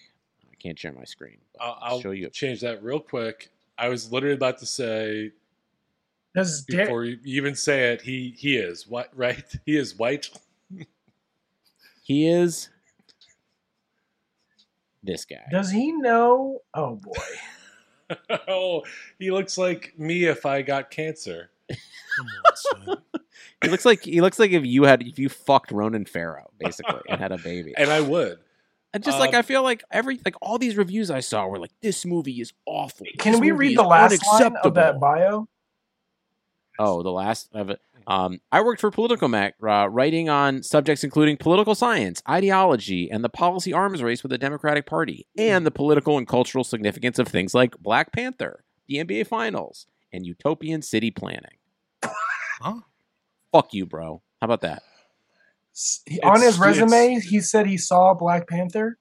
S2: i can't share my screen but
S3: I'll-
S2: I'll
S3: I'll
S2: show you
S3: change that real quick. I was literally about to say
S4: does Dar-
S3: before you even say it, he he is white, right? He is white.
S2: he is this guy
S4: does he know? Oh boy.
S3: oh, he looks like me if I got cancer.
S2: He looks like he looks like if you had if you fucked Ronan Farrow basically and had a baby.
S3: And I would.
S2: And just like I feel like every like all these reviews I saw were like this movie is awful.
S4: Can
S2: This
S4: we
S2: movie is
S4: read the last line of that
S2: unacceptable."
S4: bio?
S2: Oh, the last of it. Um, I worked for Political Mac, uh, writing on subjects including political science, ideology, and the policy arms race with the Democratic Party, and the political and cultural significance of things like Black Panther, the NBA Finals, and utopian city planning.
S1: Huh?
S2: Fuck you, bro. How about that?
S4: S- on his
S3: It's-
S4: resume, he said he saw Black Panther.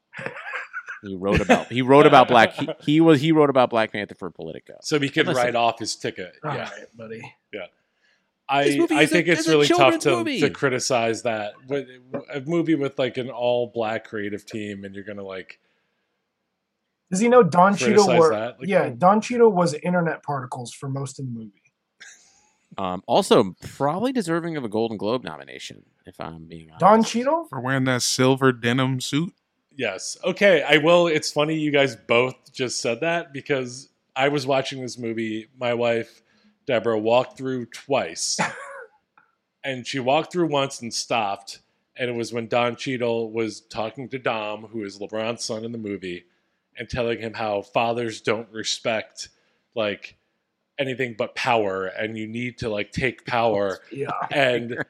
S2: He wrote about he wrote about black he, he was he wrote about Black Panther for Politico.
S3: So he could
S2: Listen. Ah.
S3: write off his ticket.
S4: All right,
S3: yeah.
S4: buddy.
S2: This
S3: I,
S2: movie
S3: I
S2: is a-
S3: think it's
S2: is a
S3: really tough
S2: children's
S3: to,
S2: movie.
S3: to criticize that. With a movie with like an all black creative team and you're gonna like
S4: Does he know Don Cheadle?
S3: Criticize
S4: Were,
S3: that, like-
S4: yeah, Don Cheadle was internet particles for most of the movie.
S2: Um, also, probably deserving of a Golden Globe nomination, if I'm being honest.
S4: Don Cheadle?
S1: For wearing that silver denim suit.
S3: Yes. Okay. I will. It's funny you guys both just said that because I was watching this movie. My wife, Deborah, walked through twice. and she walked through once and stopped. And it was when Don Cheadle was talking to Dom, who is LeBron's son in the movie, and telling him how fathers don't respect like anything but power and you need to like take power
S4: Yeah,
S3: and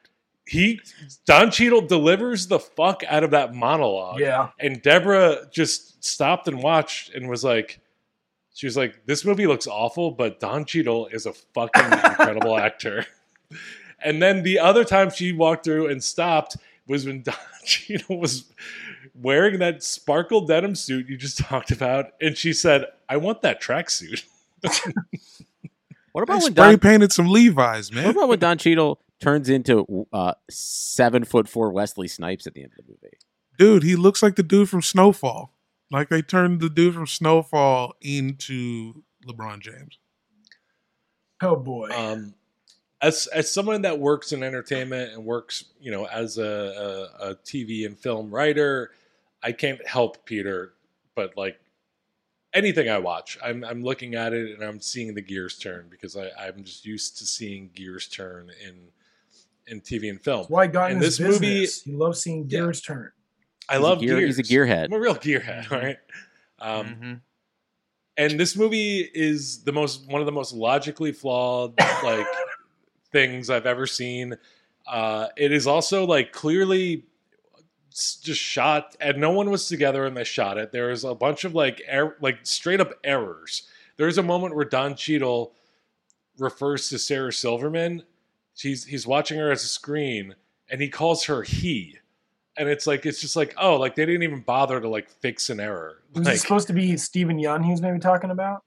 S3: he Don Cheadle delivers the fuck out of that monologue
S4: yeah.
S3: and Deborah just stopped and watched and was like, she was like, this movie looks awful, but Don Cheadle is a fucking incredible actor. And then the other time she walked through and stopped was when Don Cheadle was wearing that sparkle denim suit you just talked about, and she said, "I want that tracksuit."
S2: What
S1: They
S2: about when
S1: spray
S2: Don,
S1: painted some Levi's,
S2: what
S1: man.
S2: about when Don Cheadle turns into uh, seven foot four Wesley Snipes at the end of the movie?
S1: Dude, he looks like the dude from Snowfall. Like they turned the dude from Snowfall into LeBron James.
S4: Oh boy.
S3: Um, as as someone that works in entertainment and works, you know, as a, a, a TV and film writer, I can't help Peter, but like anything I watch, I'm I'm looking at it and I'm seeing the gears turn because I I'm just used to seeing gears turn in in TV and film.
S4: That's why I got
S3: and
S4: in this,
S3: this movie-
S4: business. He loves seeing
S3: Yeah.
S4: gears turn.
S3: I
S2: He's a
S3: love
S2: gear-
S3: gears.
S2: he's a gearhead.
S3: I'm a real gearhead. All right. Um,
S2: Mm-hmm.
S1: Mhm.
S3: and this movie is the most one of the most logically flawed like things I've ever seen. Uh, it is also like clearly s- just shot, and no one was together and they shot it. There was a bunch of like er- like straight up errors. There's a moment where Don Cheadle refers to Sarah Silverman. She's he's watching her as a screen, and he calls her he. And it's like it's just like oh like they didn't even bother to like fix an error.
S4: Was
S3: like,
S4: it supposed to be Stephen Young he was maybe talking about?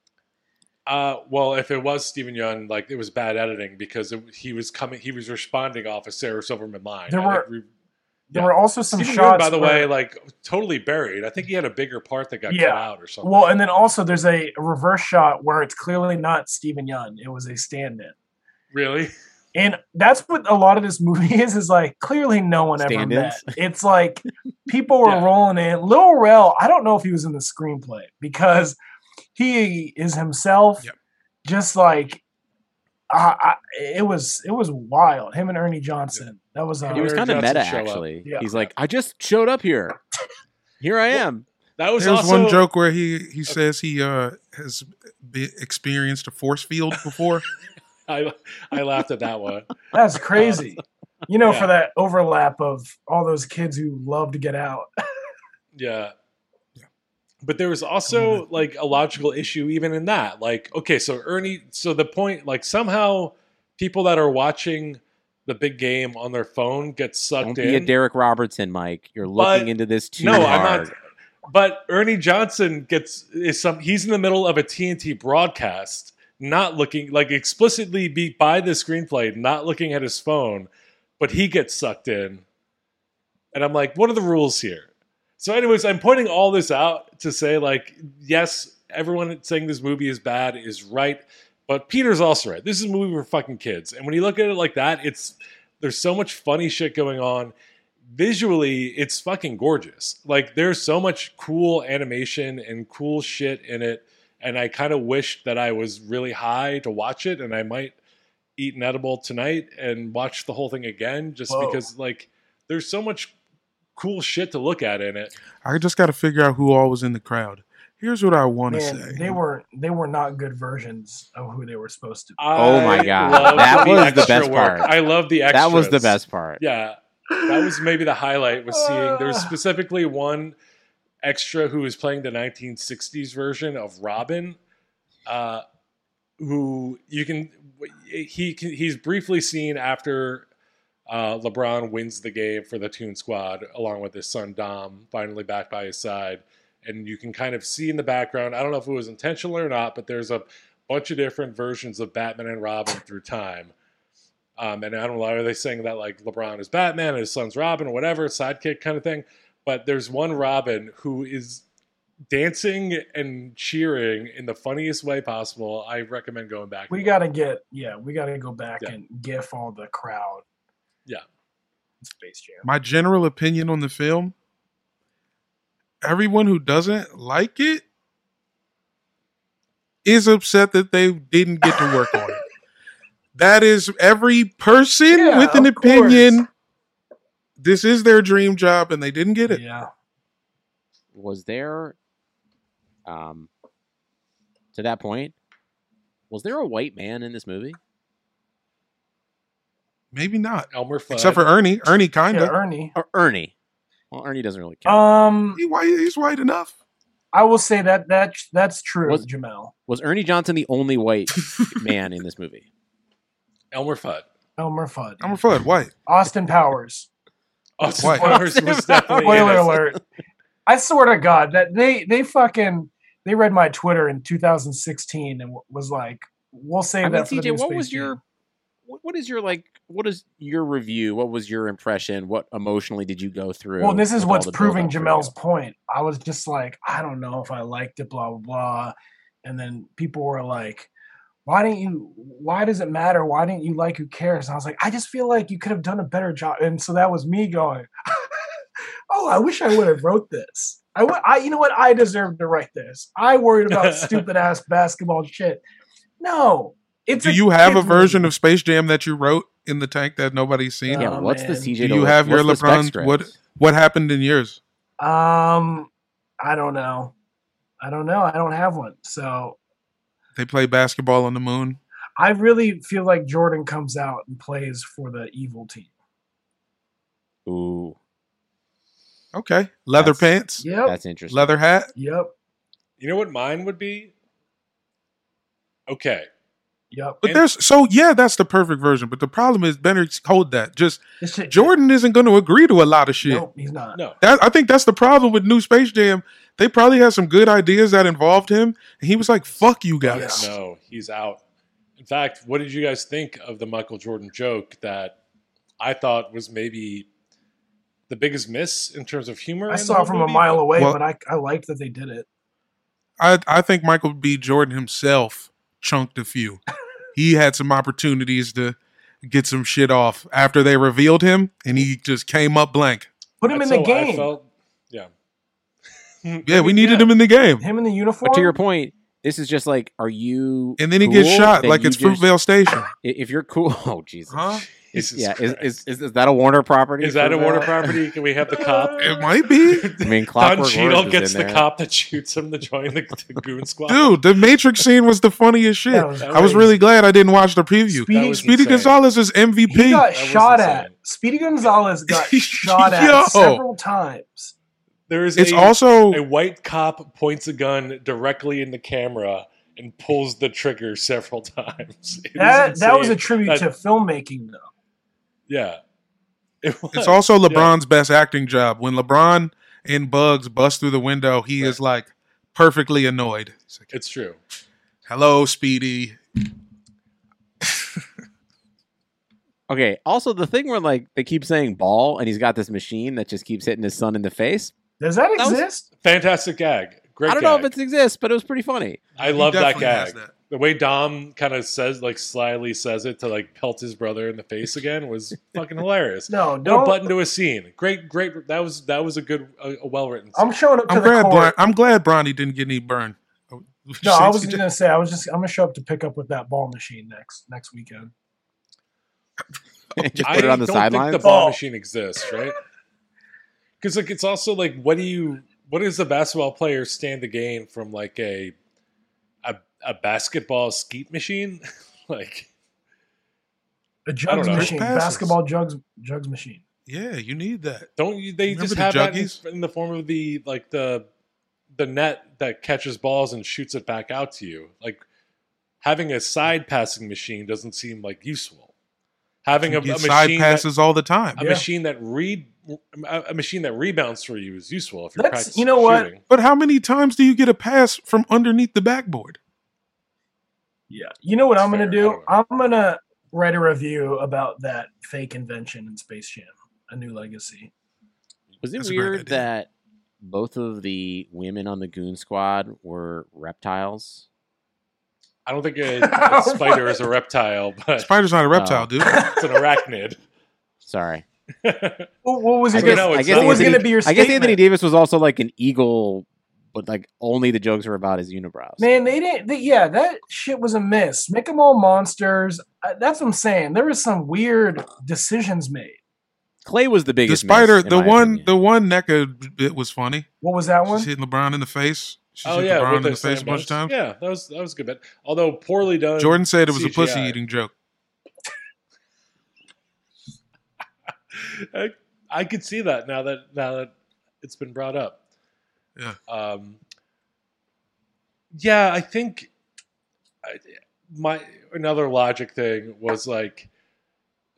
S3: uh, well, if it was Stephen Young, like it was bad editing because it, he was coming, he was responding off a Sarah Silverman line.
S4: There
S3: I think
S4: were
S3: we-
S4: There
S3: Yeah.
S4: were also some
S3: Stephen Young,
S4: shots.
S3: by the
S4: where-
S3: way, like totally buried. I think he had a bigger part that got
S4: Yeah.
S3: cut out or something.
S4: well, and then also there's a reverse shot where it's clearly not Stephen Young. It was a stand-in.
S3: really,
S4: And that's what a lot of this movie is, is like clearly no one ever met.
S2: Stand-ins?
S4: It's like people were
S3: Yeah.
S4: rolling in. Lil Rel, I don't know if he was in the screenplay because he is himself
S1: Yep.
S4: just like I, I, it was it was wild. Him and Ernie Johnson. That was uh,
S2: He was
S3: Eric
S2: kind of
S3: Johnson
S2: meta,
S3: show up.
S2: actually.
S4: Yeah.
S2: He's like, I just showed up here. Here I
S3: Well,
S2: am.
S3: that was
S1: There's
S3: also
S1: one joke where he he says he uh has be experienced a force field before.
S3: I, I laughed at that one. Um,
S4: that's crazy. You know,
S3: Yeah.
S4: for that overlap of all those kids who love to get out.
S3: Yeah. But there was also like a logical issue even in that. Like, okay, so Ernie, so the point, like somehow people that are watching the big game on their phone get sucked
S2: Don't
S3: in.
S2: be a Derek Robertson, Mike. You're looking into this too
S3: no,
S2: hard.
S3: I'm not. But Ernie Johnson gets is some. He's in the middle of a TNT broadcast, not looking like explicitly be by the screenplay, not looking at his phone, but he gets sucked in, and I'm like, what are the rules here? So, anyways, I'm pointing all this out to say, like, yes, everyone saying this movie is bad is right, but Peter's also right. This is a movie for fucking kids, and when you look at it like that, it's there's so much funny shit going on visually it's fucking gorgeous like there's so much cool animation and cool shit in it and i kind of wished that i was really high to watch it and i might eat an edible tonight and watch the whole thing again just
S4: Whoa.
S3: because like there's so much cool shit to look at in it.
S1: I just got to figure out who all was in the crowd. Here's what I want to say.
S4: Man, they were they were not good versions of who they were supposed to be.
S2: Oh my
S3: I
S2: God.
S3: love
S2: That was the
S3: extra
S2: best
S3: work.
S2: part.
S3: I love the extras.
S2: That was the best part.
S3: Yeah, that was maybe the highlight was seeing. There's
S4: Ah.
S3: specifically one extra who was playing the 1960s version of Robin, uh, who you can he can, he's briefly seen after uh, LeBron wins the game for the Toon Squad, along with his son Dom, finally back by his side. And you can kind of see in the background, I don't know if it was intentional or not, but there's a bunch of different versions of Batman and Robin through time. Um, and I don't know, are they saying that like LeBron is Batman and his son's Robin or whatever, sidekick kind of thing? But there's one Robin who is dancing and cheering in the funniest way possible. I recommend going back.
S4: We
S3: and
S4: gotta get yeah, we gotta go back
S3: Yeah.
S4: and gif all the crowd.
S3: Yeah.
S4: in Space Jam.
S1: My general opinion on the film everyone who doesn't like it is upset that they didn't get to work on it. That is every person
S4: Yeah,
S1: with an
S4: of course.
S1: opinion. This is their dream job and they didn't get it.
S4: Yeah.
S2: was there um to that point was there a white man in this movie
S1: Maybe not.
S3: Elmer Fudd.
S1: Except for Ernie. Ernie kind
S4: yeah,
S1: of.
S4: Ernie.
S2: or ernie well ernie doesn't really count
S4: Um,
S1: he white, he's white enough.
S4: I will say that that that's true,
S2: Was-
S4: Jamel.
S2: was ernie johnson the only white man in this movie
S3: Elmer Fudd.
S4: Elmer Fudd,
S1: I'm a flood white.
S4: Austin Powers.
S3: Austin
S1: Why?
S3: Powers was definitely in
S4: Spoiler
S3: it.
S4: alert! I swear to God that they they fucking they read my Twitter in 2016 and w- was like, "We'll save
S2: i
S4: that for the
S2: mean cj
S4: new
S2: what
S4: Space
S2: was your
S4: Jam.
S2: what, what is your like what is your review what was your impression what emotionally did you go through
S4: Well, this is
S2: with all
S4: what's
S2: the
S4: proving
S2: buildup for
S4: Jamel's
S2: you?
S4: point. I was just like, I don't know if I liked it, blah blah blah, and then people were like, "Why didn't you? Why does it matter? Why didn't you like? Who cares?" And I was like, I just feel like you could have done a better job, and so that was me going, "Oh, I wish I would have wrote this. I would, I, you know what? I deserve to write this. I worried about stupid ass basketball shit. No, it's
S1: Do
S4: a
S1: you have a
S4: kid's
S1: version
S4: movie.
S1: of Space Jam that you wrote in the tank that nobody's seen?
S2: yeah
S4: Oh,
S2: what's the
S4: man.
S2: cj
S1: Do you
S2: Dole-
S1: have your
S2: what's the spec
S1: LeBron-
S2: script?
S1: what- What happened in yours?
S4: Um, I don't know. I don't know. I don't have one. So
S1: They play basketball on the moon.
S4: I really feel like Jordan comes out and plays for the evil team.
S2: ooh
S1: Okay. Leather
S2: That's-
S1: pants,
S4: Yep.
S2: that's interesting
S1: leather hat.
S4: yep.
S3: You know what mine would be? Okay.
S4: Yep.
S1: But
S3: And-
S1: there's so yeah, that's the perfect version. But the problem is Benner hold that. Just
S4: This shit,
S1: Jordan isn't going to agree to a lot of shit.
S4: Nope, he's not.
S3: No.
S1: That I think that's the problem with New Space Jam. They probably had some good ideas that involved him, and he was like, "Fuck you guys."
S3: No, he's out. In fact, what did you guys think of the Michael Jordan joke that I thought was maybe the biggest miss in terms of humor?
S4: I
S3: in the
S4: saw
S3: whole
S4: it from a
S3: movie?
S4: mile away,
S1: Well-
S4: but I, I liked that they did it.
S1: I I think Michael B. Jordan himself chunked a few. he had some opportunities to get some shit off after they revealed him, and he just came up blank.
S4: Put him
S3: That's
S4: in the
S3: how I
S4: game.
S3: felt- yeah.
S1: Yeah, we needed him in the game,
S4: Him in the uniform.
S2: but to your point this is just like are you
S1: and then he
S2: cool
S1: gets shot
S2: that
S1: like
S2: you
S1: it's
S2: just-
S1: Fruitvale Station.
S2: I- If you're cool, oh Jesus,
S1: Huh?
S2: Is-
S3: Jesus
S2: yeah, is,
S3: Christ.
S2: is, is, is that a Warner property?
S3: Is that a
S2: for
S3: Warner
S2: that?
S3: property? Can we have the cop?
S1: It might be.
S2: I mean,
S3: Don
S2: Clockwork
S3: Cheadle
S2: Orange is
S3: gets
S2: in
S3: the
S2: there.
S3: cop that shoots him to join the, the goon squad.
S1: Dude, the Matrix scene was the funniest shit.
S4: That was
S1: I was
S3: crazy.
S1: really glad I didn't watch the preview.
S3: That was
S1: Speedy
S3: insane.
S1: Gonzalez is MVP.
S4: he got
S3: was
S4: shot
S3: insane.
S4: at. Speedy Gonzalez got shot
S1: Yo.
S4: at several times.
S3: There is
S1: it's
S3: a,
S1: also
S3: a white cop points a gun directly in the camera and pulls the trigger several times. It is
S4: That that was a
S3: insane.
S4: tribute
S3: That-
S4: to filmmaking, though.
S3: yeah. It was.
S1: it's also LeBron's best acting job. When LeBron and Bugs bust through the window, he is like perfectly annoyed. He's like,
S3: It's true.
S1: Hello, Speedy.
S2: Okay. Also, the thing where like they keep saying ball, and he's got this machine that just keeps hitting his son in the face.
S4: Does that
S2: was-
S4: exist?
S3: Fantastic gag. Great.
S2: I don't
S3: gag.
S2: know if it exists, but it was pretty funny.
S3: I love that
S1: definitely has
S3: gag.
S1: that.
S3: The way Dom kind of says, like slyly says it to like pelt his brother in the face again was fucking hilarious.
S4: No,
S3: What a
S4: don't.
S3: button to a scene. Great, great. That was that was a good, a, a well written.
S4: I'm showing up to
S1: I'm
S4: the
S1: glad,
S4: court.
S1: Bron- I'm glad Bronny didn't get any burn. Oh,
S4: No, I was
S1: CJ.
S4: gonna say I was just I'm gonna show up to pick up with that ball machine next next weekend.
S2: just put it on the
S3: don't think
S2: sideline.
S3: The ball
S4: Oh.
S3: machine exists, right? because like it's also like what do you what does a basketball player stand to gain from like a a, a basketball skeet machine like
S4: A
S3: I
S4: jugs
S3: don't know.
S4: machine,
S1: Passes.
S4: basketball jugs jugs machine.
S1: Yeah, you need that.
S3: don't you they
S1: Remember
S3: just
S1: the
S3: have that in,
S1: juggies?
S3: in the form of the like the the net that catches balls and shoots it back out to you like having a side passing machine doesn't seem like useful having
S1: You
S3: a, a
S1: get
S3: machine
S1: side
S3: that-
S1: passes all the time.
S3: a
S4: Yeah.
S3: machine that read a, a machine that rebounds for you is useful if you're
S4: That's-
S3: practicing
S4: you know what?
S3: shooting.
S1: But how many times do you get a pass from underneath the backboard?
S4: Yeah. You know what
S3: That's
S4: I'm gonna
S3: fair. I
S4: do?
S3: don't
S4: I'm gonna write a review about that fake invention in Space Jam, A New Legacy.
S2: Was it
S1: That's a great
S2: weird
S1: idea.
S2: that both of the women on the Goon Squad were reptiles?
S3: I don't think a, a spider
S4: What?
S3: is a reptile, but
S1: Spider's not a reptile, dude.
S3: it's an arachnid.
S2: Sorry.
S4: What, what was
S3: I
S4: your
S3: guess-
S4: gonna,
S3: I
S4: what
S3: guess
S4: was
S3: Anthony-
S4: gonna be your
S2: I
S4: statement?
S2: guess Anthony Davis was also like an eagle, but like only the jokes were about his unibrows.
S4: Man, they didn't. They, yeah, that shit was a miss. Make them all monsters. Uh, that's what I'm saying. There was some weird decisions made.
S2: Clay was the
S1: The
S2: biggest.
S1: spider,
S2: miss, in
S1: the
S2: my
S1: one,
S2: opinion.
S1: the one NECA bit was funny.
S4: What was that
S1: She's
S4: one?
S1: hitting LeBron in the face. She's
S3: oh
S1: hit
S3: yeah,
S1: LeBron
S3: with
S1: in
S3: the
S1: the face a bunch of
S3: sandbox.
S1: times.
S3: Yeah, that was that was a good bit. Although poorly done.
S1: Jordan said it was a pussy
S3: CGI.
S1: eating joke.
S3: I, I could see that now that now that it's been brought up.
S1: Yeah.
S3: Um, yeah, I think I, my another logic thing was like,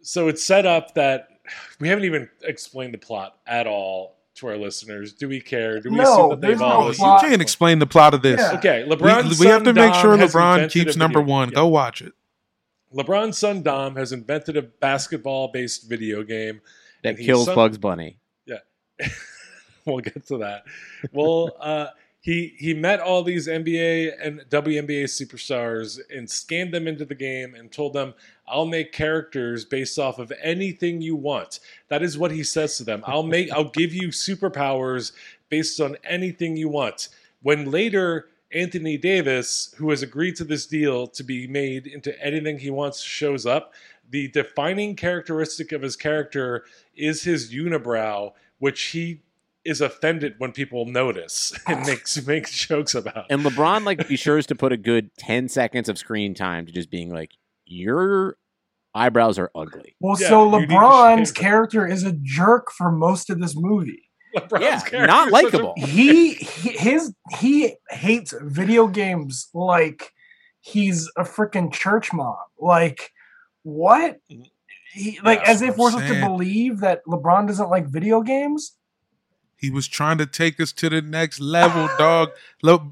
S3: so it's set up that we haven't even explained the plot at all to our listeners. Do we care? Do we
S4: No,
S3: assume that they've
S4: there's no
S3: all?
S1: Oh, you
S4: plot.
S1: can't explain the plot of this.
S4: Yeah.
S3: Okay,
S1: We,
S3: LeBron.
S1: we have to make sure LeBron keeps number one.
S3: Go.
S1: Go watch it.
S3: LeBron's son Dom has invented a basketball-based video game.
S2: that
S3: and he
S2: kills
S3: some-
S2: Bugs Bunny.
S3: We'll get to that. Well, uh, he he met all these NBA and WNBA superstars and scanned them into the game and told them, "I'll make characters based off of anything you want." That is what he says to them. I'll make I'll give you superpowers based on anything you want. When later Anthony Davis, who has agreed to this deal to be made into anything he wants, shows up, the defining characteristic of his character is his unibrow, which he is offended when people notice and makes makes jokes about.
S2: And LeBron like be sure to put a good ten seconds of screen time to just being like, your eyebrows are ugly.
S4: Well,
S3: Yeah,
S4: so
S3: you need to
S4: LeBron's
S3: shave.
S4: character is a jerk for most of this movie.
S3: LeBron's
S2: Yeah,
S3: character
S2: not
S3: is such a-
S2: likable.
S4: He, he his he hates video games like he's a freaking church mom. Like what? He, like as
S3: That's
S4: if
S1: what
S4: we're
S1: I'm
S4: supposed to
S1: saying.
S4: believe that LeBron doesn't like video games.
S1: He was trying to take us to the next level, dog. Look,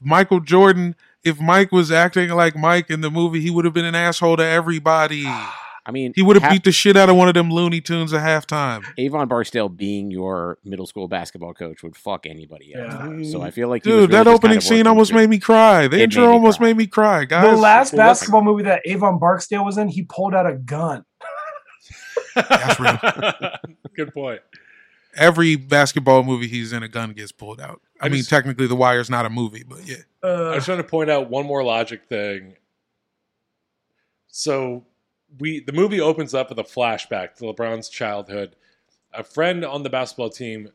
S1: Michael Jordan. If Mike was acting like Mike in the movie, he would have been an asshole to everybody.
S2: I mean,
S1: He would have
S2: half-
S1: beat the shit out of one of them Looney Tunes at halftime.
S2: Avon Barksdale being your middle school basketball coach would fuck anybody up.
S4: Yeah.
S2: So I feel like he was
S1: Dude,
S2: really just
S1: that
S2: kind
S1: opening
S2: of
S1: scene
S2: working
S1: almost
S2: through-
S1: made me cry. The
S2: It made
S1: intro
S2: me
S1: almost
S2: cry.
S1: made me cry,
S4: The
S1: guys.
S4: last
S3: well, that's-
S4: basketball movie that Avon Barksdale was in, he pulled out a gun.
S1: That's
S3: Good point.
S1: Every basketball movie he's in, a gun gets pulled out. I,
S3: I
S1: mean,
S3: just-
S1: technically, The Wire's not a movie, but yeah.
S3: I
S4: Uh,
S3: was trying to point out one more logic thing. So we the movie opens up with a flashback to LeBron's childhood. A friend on the basketball team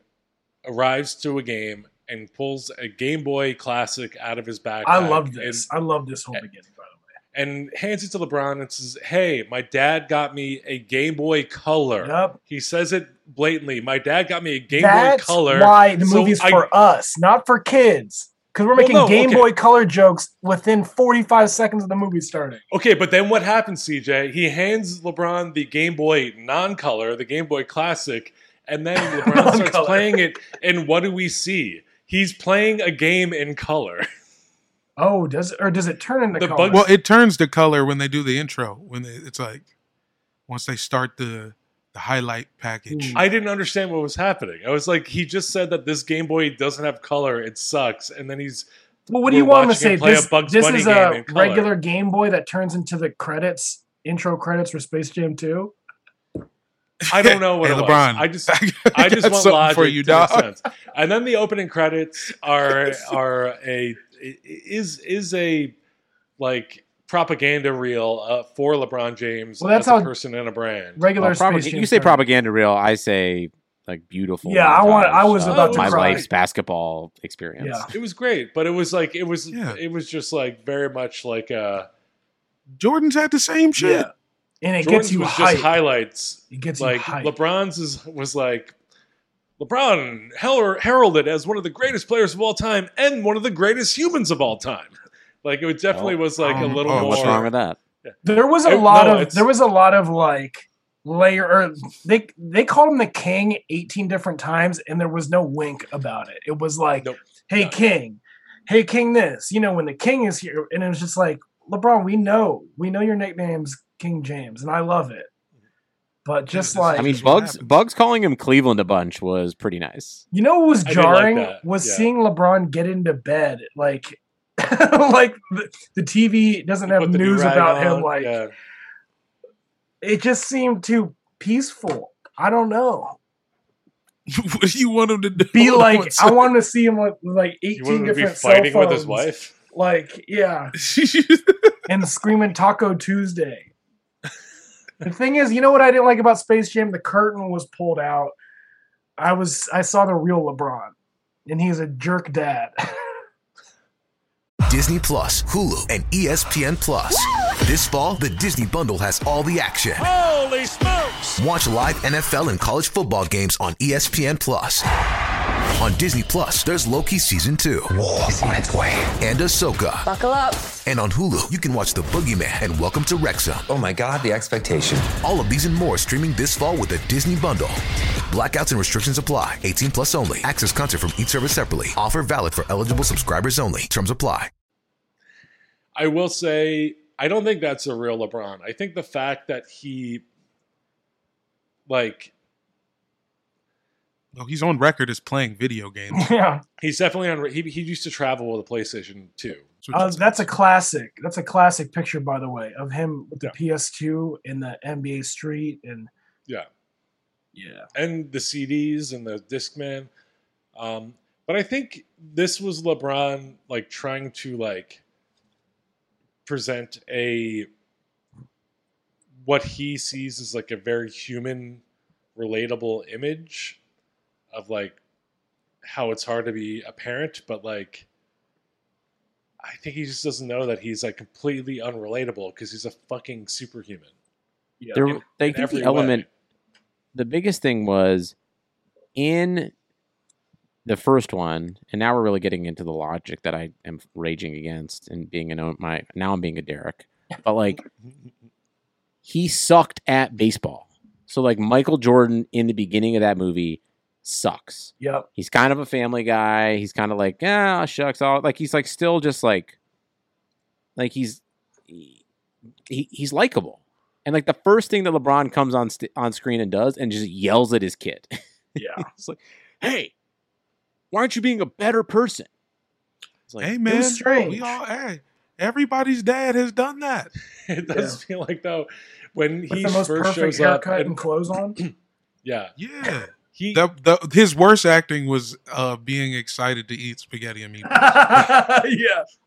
S3: arrives to a game and pulls a Game Boy Classic out of his backpack.
S4: I love
S3: and- eh,
S4: this. I love this whole beginning. By the way.
S3: and hands it to LeBron and says, "Hey, my dad got me a Game Boy Color."
S4: Yep.
S3: He says it blatantly. My dad got me a Game
S4: That's
S3: Boy Color.
S4: why the
S3: so
S4: movie's
S3: I-
S4: for us, not for kids. Because we're
S3: Well,
S4: making
S3: no,
S4: Game
S3: okay.
S4: Boy Color jokes within 45 seconds of the movie starting.
S3: Okay, but then what happens, CJ? He hands LeBron the Game Boy non-color, the Game Boy Classic, and then LeBron starts
S4: Non-color.
S3: playing it. And what do we see? He's playing a game in color.
S4: Oh, does it, or does it turn into
S3: The
S4: color?
S3: bug-
S1: Well, it turns to color when they do the intro. When they, it's like once they start the the highlight package.
S4: Ooh.
S3: I didn't understand what was happening. I was like, he just said that this Game Boy doesn't have color. It sucks. And then he's
S4: Well, what do you
S3: we're
S4: want to
S3: watching
S4: say?
S3: him play a
S4: This,
S3: Bugs
S4: this
S3: Bunny
S4: is
S3: game
S4: a
S3: in color.
S4: regular Game Boy that turns into the credits, intro credits for Space Jam 2.
S3: I don't know what
S1: Hey,
S3: it was.
S1: LeBron,
S3: I just
S1: I
S3: I just
S1: got
S3: want
S1: something
S3: logic
S1: for you,
S3: to make
S1: dog.
S3: sense. And then the opening credits are are a is is a like propaganda reel uh, for LeBron James
S4: Well, that's
S3: as a
S4: how-
S3: person and a brand.
S4: Regular
S2: Well, propaga-
S4: Space Jam.
S2: you say
S4: credits.
S2: propaganda reel, I say like beautiful. uh,
S4: Yeah, I want- I was
S2: montage
S3: about
S2: of
S3: to
S2: my
S3: cry.
S2: life's basketball experience.
S4: Yeah.
S3: It was great, but it was like it was
S1: Yeah.
S3: it was just like very much like uh
S1: Jordan's had the same shit.
S3: yeah.
S4: and it
S3: Jordan's
S4: gets you
S3: was
S4: hype.
S3: just highlights.
S4: It gets
S3: like
S4: you hype.
S3: LeBron's is, was like LeBron her- heralded as one of the greatest players of all time and one of the greatest humans of all time. Like it definitely
S2: Oh.
S3: was like a
S1: Um,
S3: little
S1: oh,
S3: more.
S2: What's wrong with that?
S4: there was a
S3: It-
S4: lot
S3: no,
S4: of
S3: it's-
S4: there was a lot of like layer or they they called him the king 18 different times and there was no wink about it it was like
S3: Nope.
S4: hey
S3: No.
S4: king hey king this you know when the king is here and it was just like lebron we know we know your nickname's king james and i love it but just
S1: this-
S4: like
S2: I mean,
S1: Shit
S2: Bugs
S1: happens.
S2: Bugs calling him Cleveland a bunch was pretty nice.
S4: You know what was
S3: I did like
S4: jarring
S3: that,
S4: was
S3: yeah.
S4: seeing LeBron get into bed like like the, the TV doesn't
S3: Put
S4: have
S3: the
S4: news
S3: do-rag
S4: about him
S3: on,
S4: like
S3: yeah.
S4: it just seemed too peaceful. I don't know.
S1: what do you want him to do?
S4: Be
S1: Hold on
S4: like
S1: one
S4: I
S1: sec.
S4: want to see him with like
S3: you
S4: 18
S3: want him to be
S4: different cell
S3: fighting with his
S4: phones.
S3: wife.
S4: Like yeah, and screaming Taco Tuesday. the thing is, you know what I didn't like about Space Jam? The curtain was pulled out. I was I saw the real LeBron and he's a jerk dad.
S5: Disney Plus, Hulu, and E ESPN Plus. This fall, the Disney Bundle has all the action. Holy smokes! Watch live NFL and college football games on E ESPN Plus. On Disney Plus, there's Loki season two. War is on its way. And Ahsoka.
S6: Buckle up.
S5: And on Hulu, you can watch The Boogeyman and Welcome to Rexham.
S7: Oh my God, the expectation.
S5: All of these and more streaming this fall with the Disney Bundle. Blackouts and restrictions apply. 18 plus only. Access content from each service separately. Offer valid for eligible subscribers only. Terms apply.
S3: I will say I don't think that's a real LeBron. I think the fact that he like
S1: Well, he's on record as playing video games.
S4: yeah.
S3: he's definitely on he, he used to travel with a PlayStation 2.
S1: So
S4: Uh,
S1: just-
S4: that's a classic. That's a classic picture, by the way, of him with the
S3: Yeah.
S4: PS2 in the NBA Street, and
S3: Yeah.
S4: yeah,
S3: and the CDs and the Discman. Um, but I think this was LeBron like trying to like present a what he sees as like a very human, relatable image of like how it's hard to be a parent, but like I think he just doesn't know that he's like completely unrelatable because he's a fucking superhuman.
S4: yeah.
S2: There,
S3: in-
S2: they
S3: in
S2: think
S3: every
S2: the
S3: way.
S2: element. The biggest thing was in the first one, and now we're really getting into the logic that I am raging against and being an own my now I'm being a Derek, but like he sucked at baseball. So like Michael Jordan in the beginning of that movie sucks.
S4: yep.
S2: he's kind of a family guy. He's kind of like, yeah, shucks, all like he's like still just like, like he's he, he- he's likable. And like the first thing that LeBron comes on st- on screen and does, and just yells at his kid,
S4: Yeah.
S2: it's like, hey, why aren't you being a better person? It's like,
S1: hey man,
S4: strange.
S1: we all hey, everybody's dad has done that.
S3: It does feel like though when
S4: With
S3: he
S4: the most
S3: first
S4: perfect
S3: shows up,
S4: haircut and,
S3: and-
S4: clothes on.
S3: yeah,
S1: Yeah,
S3: he
S1: the, the, his worst acting was uh, being excited to eat spaghetti and meat.
S4: yeah.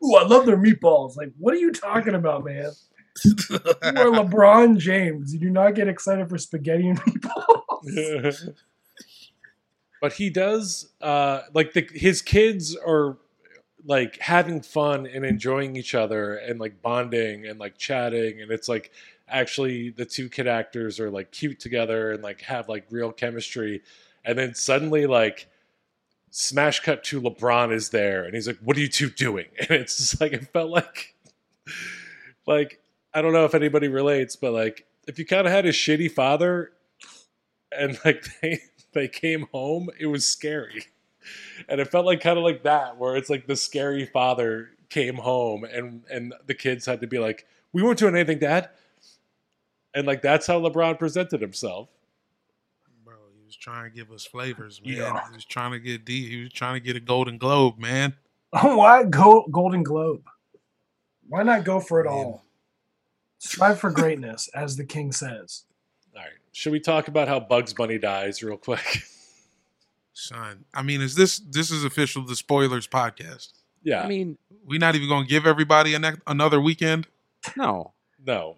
S4: Ooh, I love their meatballs. Like, what are you talking about, man? You are LeBron James. You do not get excited for spaghetti and meatballs.
S3: but he does uh like the his kids are like having fun and enjoying each other and like bonding and like chatting and it's like actually the two kid actors are like cute together and like have like real chemistry and then suddenly like smash cut to lebron is there and he's like what are you two doing and it's just like it felt like like i don't know if anybody relates but like if you kind of had a shitty father and like they they came home, it was scary. And it felt like kind of like that, where it's like the scary father came home and and the kids had to be like, We weren't doing anything, Dad. And like that's how LeBron presented himself.
S1: Bro, he was trying to give us flavors, man.
S4: Yeah.
S1: He was trying to get D. He was trying to get a Golden Globe, man.
S4: Oh, Why go Golden Globe? Why not go for it all? Strive for greatness, as the king says.
S3: All right. Should we talk about how Bugs Bunny dies real quick?
S1: Son, I mean, is this this is official? The spoilers podcast.
S3: yeah.
S2: I mean,
S1: We're not even gonna give everybody an, another weekend.
S2: no,
S3: no,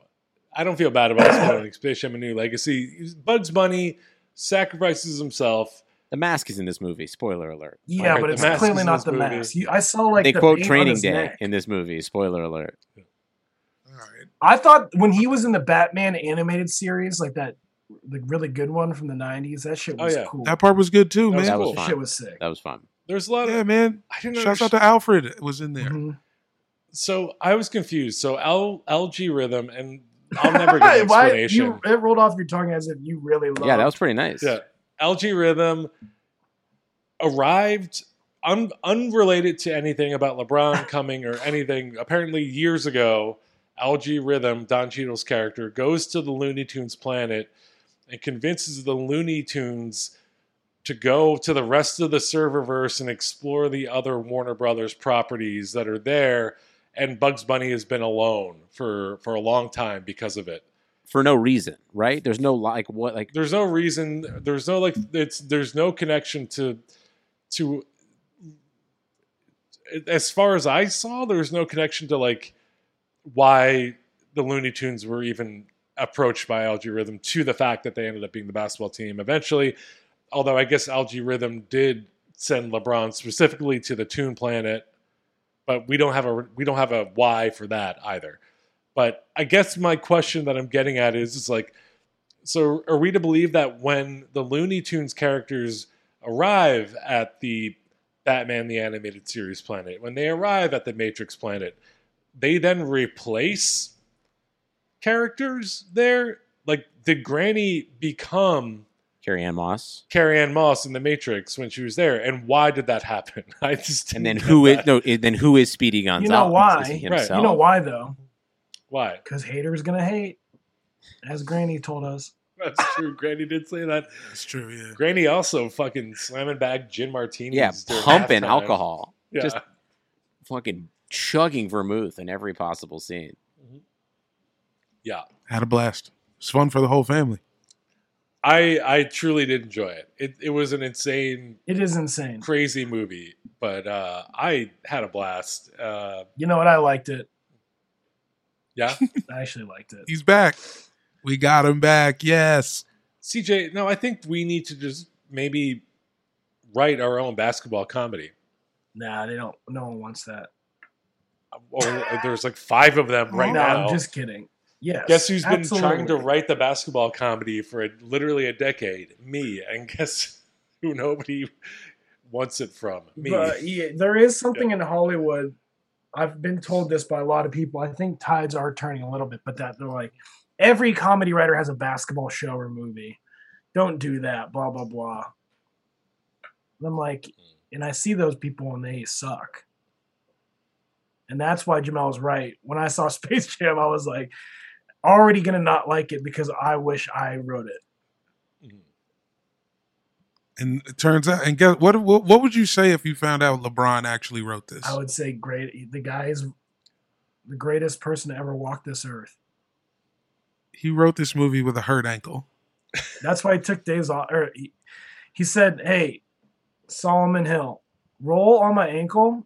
S3: I don't feel bad about spoiling Space Jam: A New Legacy. Bugs Bunny sacrifices himself.
S2: The mask is in this movie. Spoiler alert.
S4: Yeah,
S3: Right,
S4: but
S3: the
S4: it's
S3: mask is
S4: clearly
S3: in
S4: not
S3: this
S4: the
S3: movie.
S4: mask. You, I saw like
S2: they
S4: the
S2: quote
S4: vein on
S2: Training
S4: his
S2: Day
S4: neck.
S2: in this movie. Spoiler alert.
S1: All right.
S4: I thought when he was in the Batman animated series, like that, the really good one from the '90s, that shit
S3: Oh,
S4: was
S3: yeah.
S4: cool.
S1: That part was good too,
S3: That was
S1: man.
S2: That was
S3: cool.
S4: shit
S2: fun.
S4: was sick.
S2: That was fun.
S3: There's a lot
S1: Yeah,
S3: of
S1: man.
S3: I didn't
S1: Shouts out
S3: understand.
S1: to Alfred was in there.
S4: Mhm.
S3: So I was confused. So L LG rhythm and I'll never get an explanation.
S4: you, it rolled off your tongue as if you really loved.
S2: Yeah, that was pretty nice.
S3: Yeah. LG Rhythm arrived un- unrelated to anything about LeBron coming or anything. Apparently, years ago, LG Rhythm, Don Cheadle's character, goes to the Looney Tunes planet and convinces the Looney Tunes to go to the rest of the serververse and explore the other Warner Brothers properties that are there. And Bugs Bunny has been alone for, for a long time because of it
S2: For no reason, right? There's no like what like
S3: there's no reason there's no like it's there's no connection to to as far as i saw there's no connection to like why the looney tunes were even approached by algae rhythm to the fact that they ended up being the basketball team eventually although i guess algae rhythm did send lebron specifically to the toon planet but we don't have a we don't have a why for that either but i guess my question that i'm getting at is is like so are we to believe that when the Looney Tunes characters arrive at the Batman the Animated Series planet, when they arrive at the Matrix planet, they then replace characters there? Like, did Granny become
S2: Carrie Ann Moss.
S3: Carrie Ann Moss in the Matrix when she was there? And why did that happen? I just
S2: And
S3: didn't
S2: then
S3: get
S2: who is
S3: that.
S2: no? Then who is Speedy Gonzales?
S4: You know why?
S2: Is he
S3: Right.
S2: himself?
S4: You know why though?
S3: why?
S4: Because haters gonna hate, as Granny told us.
S3: That's true. Granny did say that.
S1: That's true. Yeah.
S3: Granny also fucking slamming back gin martinis.
S2: Yeah,
S3: during
S2: pumping
S3: halftime.
S2: alcohol,
S3: Yeah.
S2: just fucking chugging vermouth in every possible scene.
S3: yeah.
S1: Had a blast. It's fun for the whole family.
S3: I I truly did enjoy it. It it was an insane,
S4: It is insane.
S3: crazy movie, but uh, I had a blast. Uh,
S4: You know what? I liked it.
S3: yeah,
S4: I actually liked it.
S1: He's back. We got him back. Yes.
S3: CJ. No, I think we need to just maybe write our own basketball comedy.
S4: Nah, they don't. No one wants that.
S3: Uh, Or there's like five of them right
S4: no,
S3: now.
S4: I'm just kidding. Yes.
S3: guess who's been trying to
S4: absolutely.
S3: write the basketball comedy for a, literally a decade? Me, and guess who nobody wants it from? Me.
S4: But, yeah, there is something in Hollywood. I've been told this by a lot of people. I think tides are turning a little bit, but that they're like every comedy writer has a basketball show or movie. Don't do that. Blah blah blah. And I'm like, and I see those people and they suck. And that's why Jamal was right. When I saw Space Jam, I was like, already gonna not like it because I wish I wrote it.
S3: Mm-hmm.
S1: And it turns out, and guess what, what? What would you say if you found out LeBron actually wrote this?
S4: I would say great. The guy is the greatest person to ever walk this earth.
S1: He wrote this movie with a hurt ankle.
S4: That's why he took days off. Or he, he said, "Hey, Solomon Hill, roll on my ankle.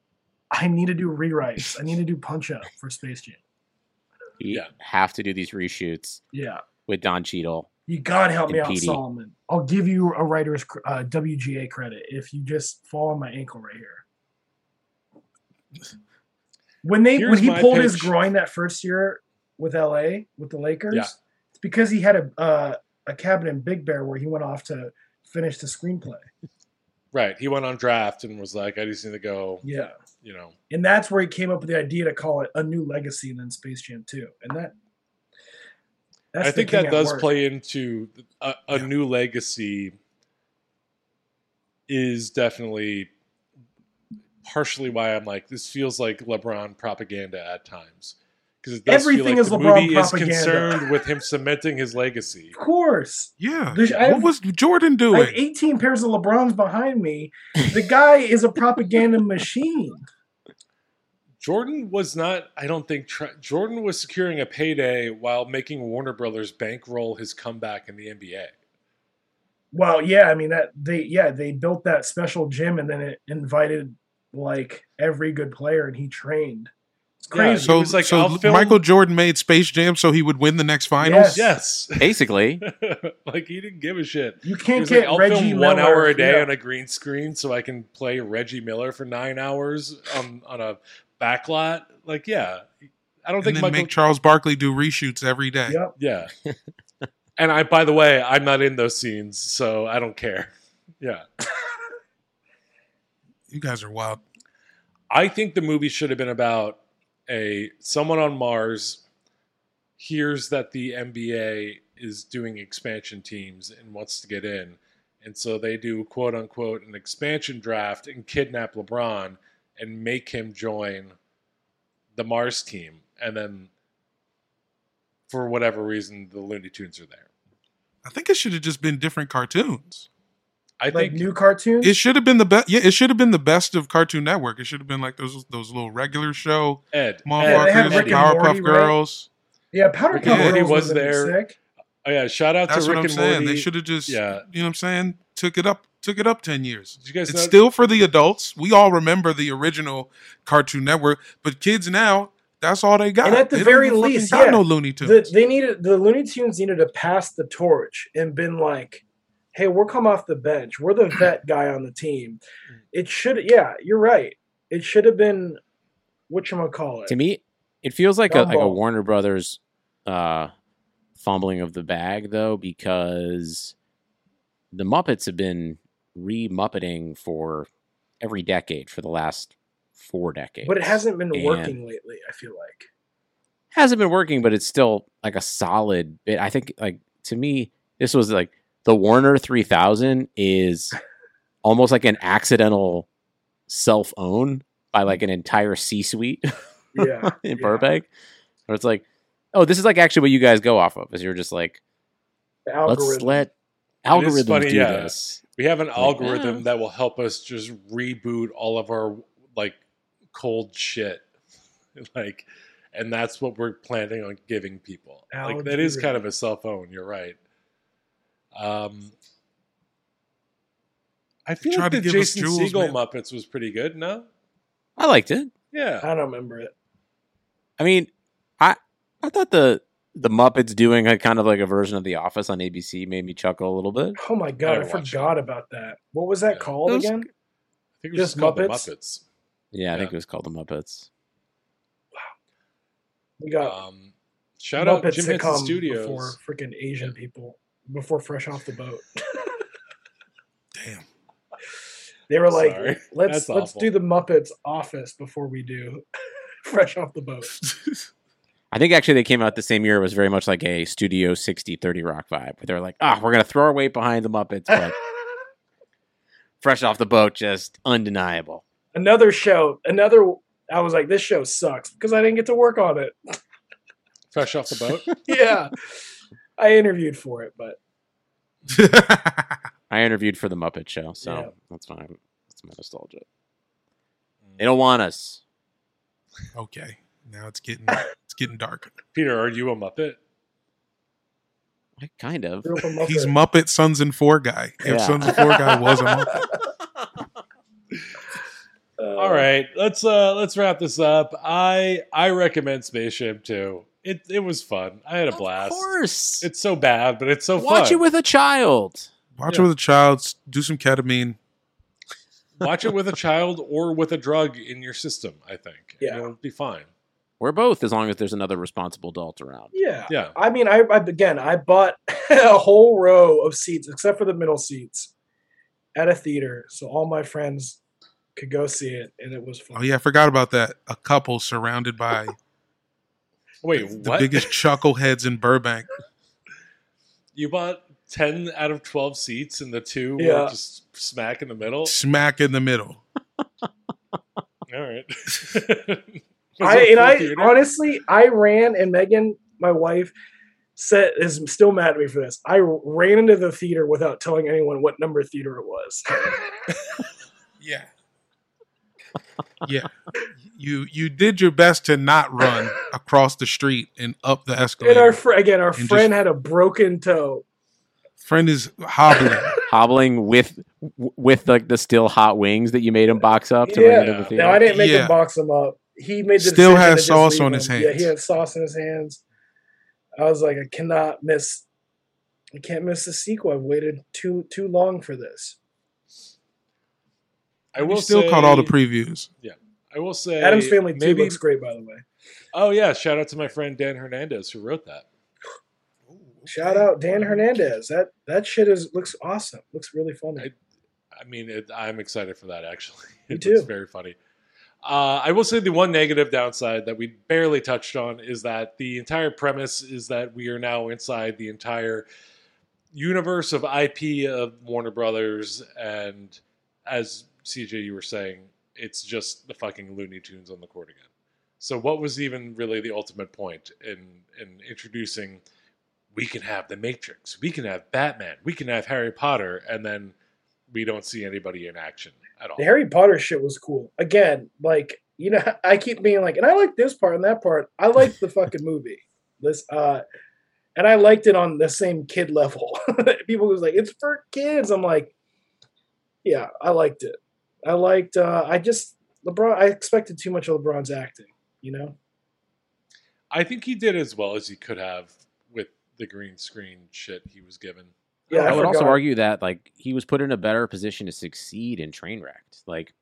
S4: I need to do rewrites. I need to do punch up for Space Jam.
S2: You
S3: Yeah.
S2: have to do these reshoots
S4: Yeah,
S2: with Don Cheadle.
S4: you gotta help me
S2: And
S4: out,
S2: PD.
S4: Solomon. I'll give you a writer's cr- uh, WGA credit if you just fall on my ankle right here." When they
S3: Here's
S4: when he
S3: my
S4: pulled his
S3: pitch.
S4: groin that first year with LA with the Lakers,
S3: Yeah.
S4: it's because he had a uh, a cabin in Big Bear where he went off to finish the screenplay.
S3: Right. He went on draft and was like, I just need to go,
S4: Yeah.
S3: you know.
S4: And that's where he came up with the idea to call it a new legacy and then Space Jam 2. And that that's
S3: I
S4: the
S3: think
S4: king
S3: that
S4: at
S3: does
S4: work.
S3: play into a, a new legacy is definitely partially why I'm like this feels like LeBron propaganda at times because it does
S4: Everything
S3: feel like
S4: is
S3: the
S4: LeBron
S3: movie is
S4: propaganda.
S3: concerned with him cementing his legacy.
S4: Of course.
S1: Yeah.
S4: There's- I
S1: what
S4: have-
S1: was Jordan
S4: I have
S1: doing?
S4: 18 pairs of LeBrons behind me. The guy is a propaganda machine.
S3: Jordan was not, I don't think, tra- Jordan was securing a payday while making Warner Brothers bankroll his comeback in the NBA.
S4: Well, yeah, I mean that they yeah, they built that special gym and then it invited like every good player and he trained.
S3: It's crazy.
S1: So,
S3: it was like,
S1: so
S3: I'll film-
S1: Michael Jordan made Space Jam so he would win the next finals.
S3: Yes.
S2: Basically,
S3: like he didn't give a shit.
S4: You
S3: He
S4: can't
S3: was like,
S4: get
S3: I'll
S4: Reggie
S3: film one
S4: Miller.
S3: hour a day
S4: Yeah.
S3: on a green screen so I can play Reggie Miller for nine hours on, on a back lot. Like, yeah. I don't
S1: and
S3: think
S1: then
S3: Michael.
S1: make Charles Barkley do reshoots every day.
S4: Yep.
S3: yeah. and I, by the way, I'm not in those scenes, so I don't care. Yeah.
S1: You guys are wild.
S3: I think the movie should have been about a someone on Mars hears that the NBA is doing expansion teams and wants to get in. And so they do quote unquote an expansion draft and kidnap LeBron and make him join the Mars team. And then for whatever reason the Looney Tunes are there.
S1: I think it should have just been different cartoons.
S3: I
S4: Like
S3: think
S4: new cartoons.
S1: It should have been the best. Yeah, it should have been the best of Cartoon Network. It should have been like those those little regular show
S3: Ed,
S4: Yeah, they had
S1: motherfuckers,
S4: Rick and
S1: the Powerpuff
S4: Morty, right?
S1: Girls.
S4: yeah, Powder
S3: Rick
S1: and
S4: Puff
S1: Morty
S4: Girls
S3: was
S4: would've been
S3: there.
S4: sick.
S3: Oh yeah, shout out
S1: That's
S3: to Rick
S1: what I'm
S3: and
S1: saying.
S3: Morty.
S1: They should have just,
S3: Yeah.
S1: you know what I'm saying, took it up, took it up ten years.
S3: Did you guys
S1: It's
S3: know-
S1: still for the adults. We all remember the original Cartoon Network, but kids now, that's all they got.
S4: And at the
S1: They don't
S4: very
S1: even fucking
S4: least,
S1: got
S4: yeah,
S1: no Looney Tunes.
S4: The, they needed the Looney Tunes needed to pass the torch and been like, "Hey, we're come off the bench. We're the vet guy on the team."
S3: Mm.
S4: It should, yeah, you're right. It should have been what you call it.
S2: to me, it feels like a, like a
S4: Gumball.
S2: Warner Brothers uh, fumbling of the bag, though, because the Muppets have been re Muppeting for every decade for the last four decades.
S4: but it hasn't been
S2: And-
S4: working lately. I feel like
S2: hasn't been working, but it's still like a solid bit. I think like to me, this was like the Warner 3000 is almost like an accidental self own by like an entire C suite
S4: yeah,
S2: in
S4: yeah.
S2: Burbank, where it's like, oh, this is like actually what you guys go off of is you're just like,
S4: The
S2: let's
S4: algorithm.
S2: let
S3: is
S2: algorithms
S3: funny,
S2: do
S3: yeah.
S2: this.
S3: We have an
S2: Like,
S3: algorithm
S2: yeah.
S3: that will help us just reboot all of our like cold shit. like and that's what we're planning on giving people. Like that is kind of a cell phone, you're right. Um I feel
S1: tried
S3: like
S1: to
S3: the
S1: give us
S3: Jason
S1: jewels,
S3: Siegel
S1: man.
S3: Muppets was pretty good, no?
S2: I liked it.
S3: Yeah.
S4: I don't remember it.
S2: I mean, I I thought the the Muppets doing a kind of like a version of The Office on ABC made me chuckle a little bit.
S4: Oh my god, I
S3: gotta watch it.
S4: forgot about that. What was that
S3: Yeah.
S4: called
S2: It was-
S4: again?
S3: I think it was
S4: Just
S3: just called the
S4: Muppets?
S3: Muppets.
S2: Yeah, I think
S3: Yeah.
S2: it was called The Muppets.
S4: We got
S3: Um shout out
S4: Muppets
S3: Jim
S4: to
S3: Henson
S4: come
S3: Studios.
S4: before freaking Asian people before Fresh Off the Boat.
S1: Damn.
S4: They were like,
S3: Sorry.
S4: let's
S3: That's
S4: let's
S3: awful.
S4: do the Muppets office before we do Fresh Off the Boat.
S2: I think actually they came out the same year. It was very much like a Studio 60 30 Rock vibe, where they're like, ah, we're going to throw our weight behind the Muppets, but fresh off the boat, just undeniable.
S4: another show, another. I was like, this show sucks because I didn't get to work on it.
S3: Fresh off the boat.
S4: yeah, I interviewed for it, but
S2: I interviewed for the Muppet Show, so
S4: Yeah.
S2: that's my that's my nostalgia. They don't want us.
S1: okay, now it's getting it's getting dark.
S3: Peter, are you a Muppet?
S2: I kind of.
S4: grew up a Muppet.
S1: He's Muppet Sons and Four guy. If
S2: Yeah.
S1: Sons and Four guy was a Muppet,
S4: Uh,
S3: All right, let's uh let's wrap this up. I I recommend Spaceship 2. It it was fun. I had a blast.
S2: Of course.
S3: It's so bad, but it's so
S2: Watch
S3: fun.
S2: it with a child.
S1: watch it
S3: Yeah.
S1: with a child. s- Do some ketamine.
S3: Watch it with a child or with a drug in your system, I think.
S4: Yeah.
S3: It'll be fine.
S2: We're both, as long as there's another responsible adult around.
S4: Yeah.
S3: Yeah.
S4: I mean, I, I again, I bought a whole row of seats, except for the middle seats, at a theater, so all my friends could go see it, and it was fun.
S1: Oh yeah, I forgot about that. A couple surrounded by
S3: Wait,
S1: the
S3: what?
S1: biggest chuckleheads in Burbank.
S3: you bought 10 out of 12 seats and the two
S4: Yeah.
S3: were just smack in the middle?
S1: smack in the middle.
S3: All right. Was it
S4: I
S3: a
S4: and
S3: full
S4: I
S3: theater?
S4: honestly, I ran and Megan, my wife, said is still mad at me for this. I ran into the theater without telling anyone what number theater it was.
S1: Yeah. Yeah. You you did your best to not run across the street and up the
S4: and
S1: escalator.
S4: our fr- again, our
S1: just-
S4: friend had a broken toe.
S1: Friend is hobbling.
S2: Hobbling with w- with like the still hot wings that you made him box up to bring into
S3: Yeah.
S2: the
S4: Now I
S2: theater.
S4: didn't make
S1: Yeah.
S4: him box him up. he made the
S1: Still
S4: decision
S1: has
S4: to just
S1: sauce
S4: leave
S1: on
S4: him.
S1: his
S4: Yeah,
S1: hands.
S4: he had sauce in his hands. I was like, I cannot miss. I can't miss the sequel. I've waited too too long for this.
S3: I
S1: We
S3: will
S1: still
S3: say,
S1: caught all the previews.
S3: I will say
S4: Adam's Family Two
S3: maybe-
S4: looks great, by the way.
S3: Oh yeah, shout out to my friend Dan Hernandez who wrote that.
S4: Shout out Dan Hernandez. That that shit is looks awesome. Looks really funny.
S3: I- I mean, it, I'm excited for that actually.
S4: Me
S3: It looks
S4: too.
S3: very funny. Uh, I will say the one negative downside that we barely touched on is that the entire premise is that we are now inside the entire universe of IP of Warner Brothers, and as CJ you were saying, it's just the fucking Looney Tunes on the court again. So what was even really the ultimate point in in introducing? We can have the Matrix, we can have Batman, we can have Harry Potter, and then we don't see anybody in action at all.
S4: The Harry Potter shit was cool. Again, like you know, I keep being like, and I like this part and that part. I liked the fucking movie. This, uh, and I liked it on the same kid level. People was like, it's for kids. I'm like, yeah, I liked it. I liked. uh I just LeBron. I expected too much of LeBron's acting. You know,
S3: I think he did as well as he could have with the green screen shit he was given.
S4: Yeah,
S2: I would also
S4: forgot.
S2: argue that like he was put in a better position to succeed in Trainwrecked. Like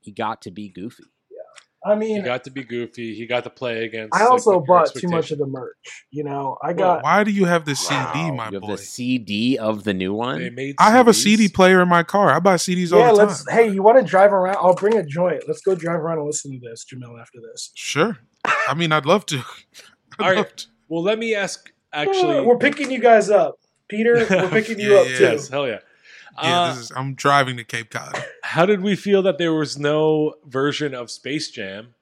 S2: he got to be goofy.
S4: I
S3: He
S4: mean,
S3: got to be goofy. He got to play against.
S4: I
S3: like,
S4: also
S3: your
S4: bought too much of
S3: expectation.
S4: the merch. You know, I
S3: Well,
S4: got.
S1: Why do you have the CD, my
S2: you have
S1: Ah, boy?
S2: the CD of the new
S3: They
S2: one.
S3: made
S1: I have a
S3: CDs.
S1: CD player in my car. I buy CDs
S4: yeah,
S1: all the time.
S4: let's. Hey, you want to drive around? I'll bring a joint. Let's go drive around and listen to this, Jamil. After this,
S1: Sure. I mean, I'd love to. I'd
S3: All right.
S1: love to.
S3: Well, let me ask. Actually,
S4: Uh, we're picking you guys up, Peter. We're picking you
S1: Yeah,
S4: up
S1: yeah.
S4: too.
S3: yes, hell yeah.
S1: Yeah,
S3: Uh,
S1: this is, I'm driving to Cape Cod.
S3: how did we feel that there was no version of Space Jam,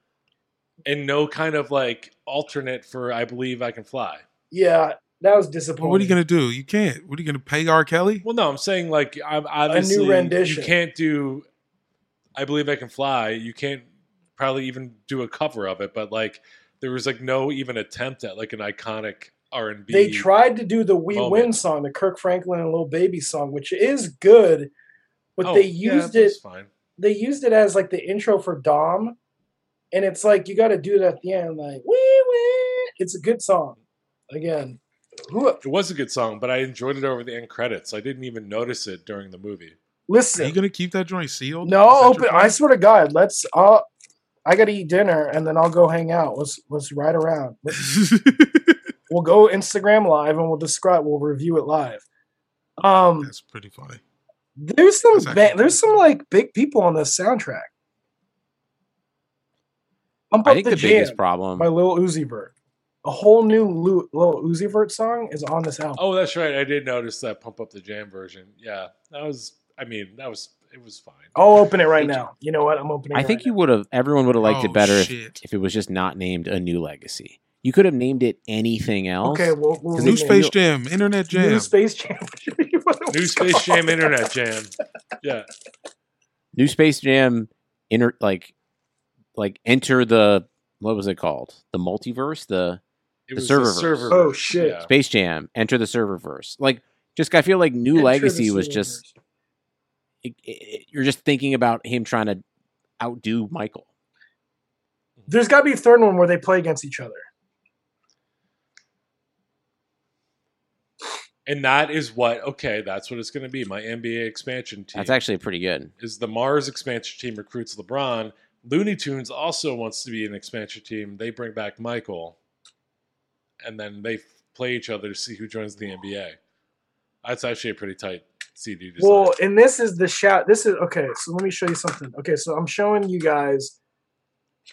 S3: and no kind of like alternate for "I Believe I Can Fly"?
S4: Yeah, that was disappointing.
S1: Well, what are you going to do? You can't. What are you going to pay R. Kelly?
S3: Well, no, I'm saying like I'm obviously
S4: rendition.
S3: You can't do. I believe I can fly. You can't probably even do a cover of it, but like there was like no even attempt at like an iconic R and B.
S4: They tried to do the "We
S3: moment.
S4: Win" song, the Kirk Franklin and Little Baby song, which is good, but they used it.
S3: It's Oh, fine.
S4: They used it as like the intro for Dom, and it's like you got to do it at the end, like "We Win." It's a good song. Again, who
S3: It was a good song, but I enjoyed it over the end credits. I didn't even notice it during the movie.
S1: Are you
S4: listen?
S1: going to keep that joint sealed?
S4: No,
S1: Is that
S4: open.
S1: your
S4: I
S1: plan?
S4: swear to God, let's. Uh, I gotta eat dinner and then I'll go hang out. Let's let's ride around. Let's we'll go Instagram live and we'll describe we'll review it live. Um
S1: That's pretty funny.
S4: there's some
S1: That's
S4: ba-
S1: actually
S4: there's some like big people on this soundtrack. I'm
S2: I think the, biggest problem.
S4: by Lil Uzi Vert. A whole new Lu- Lil Uzi Vert song is on this album.
S3: Oh, that's right. I did notice that Pump Up the Jam version. Yeah, that was. I mean, that was. It was fine.
S2: Oh,
S4: I'll open it right now. You know what? I'm opening.
S2: I
S4: it
S2: think
S4: right
S2: you would have. Everyone would have liked
S1: Oh,
S2: it better if,
S1: shit.
S2: if it was just not named a new legacy. You could have named it anything
S4: now.
S2: else.
S4: Okay, we'll, we'll
S2: Because
S1: New
S4: rename
S2: they-
S1: Space
S4: it.
S1: Jam, Internet
S4: New
S1: Jam.
S4: Space Jam. What it
S3: New
S4: was
S3: Space
S4: called.
S3: Jam, Internet Jam. Yeah.
S2: New Space Jam, inter like, like enter the what was it called? The multiverse. The The
S3: It was
S2: serververse.
S3: serververse,
S4: Oh, shit.
S3: yeah.
S2: Space Jam, Enter the Serververse. Like, just I feel like New
S4: Enter
S2: Legacy
S4: the
S2: was
S4: Universe.
S2: just it, it- it- you're just thinking about him trying to outdo Michael.
S4: There's got to be a third one where they play against each other.
S3: And that is what okay, that's what it's going to be. My NBA expansion team
S2: That's actually pretty good.
S3: is the Mars expansion team recruits LeBron. Looney Tunes also wants to be an expansion team. They bring back Michael, and then they f- play each other to see who joins the NBA. That's actually a pretty tight CD design.
S4: Well, and this is the shout. This is okay. So let me show you something. Okay, so I'm showing you guys.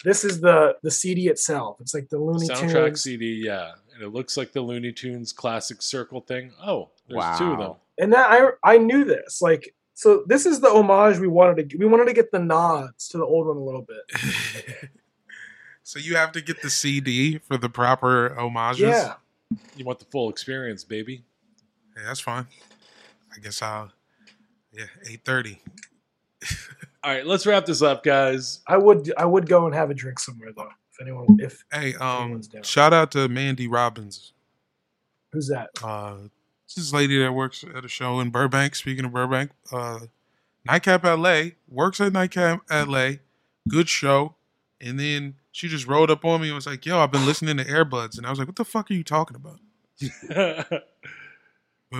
S4: This is the the CD itself. It's like the Looney
S3: Soundtrack
S4: Tunes,
S3: CD, yeah, and it looks like the Looney Tunes classic circle thing. Oh, there's two of them.
S2: Wow.
S4: and that I I knew this. Like, so this is the homage we wanted to. We wanted to get the nods to the old one a little bit.
S1: so you have to get the CD for the proper homages?
S4: Yeah,
S3: You want the full experience, baby?
S1: Yeah, that's fine. I guess I'll. Yeah, eight thirty.
S3: All right, let's wrap this up, guys.
S4: I would I would go and have a drink somewhere though. If anyone, if
S1: Hey, um,
S4: Everyone's down.
S1: shout out to Mandy Robbins.
S4: who's that?
S1: Uh, this lady that works at a show in Burbank. Speaking of Burbank, uh, Nightcap LA works at Nightcap LA. Good show, and then She just rolled up on me and was like, "Yo, I've been listening to Airbuds," and I was like, "What the fuck are you talking about?" But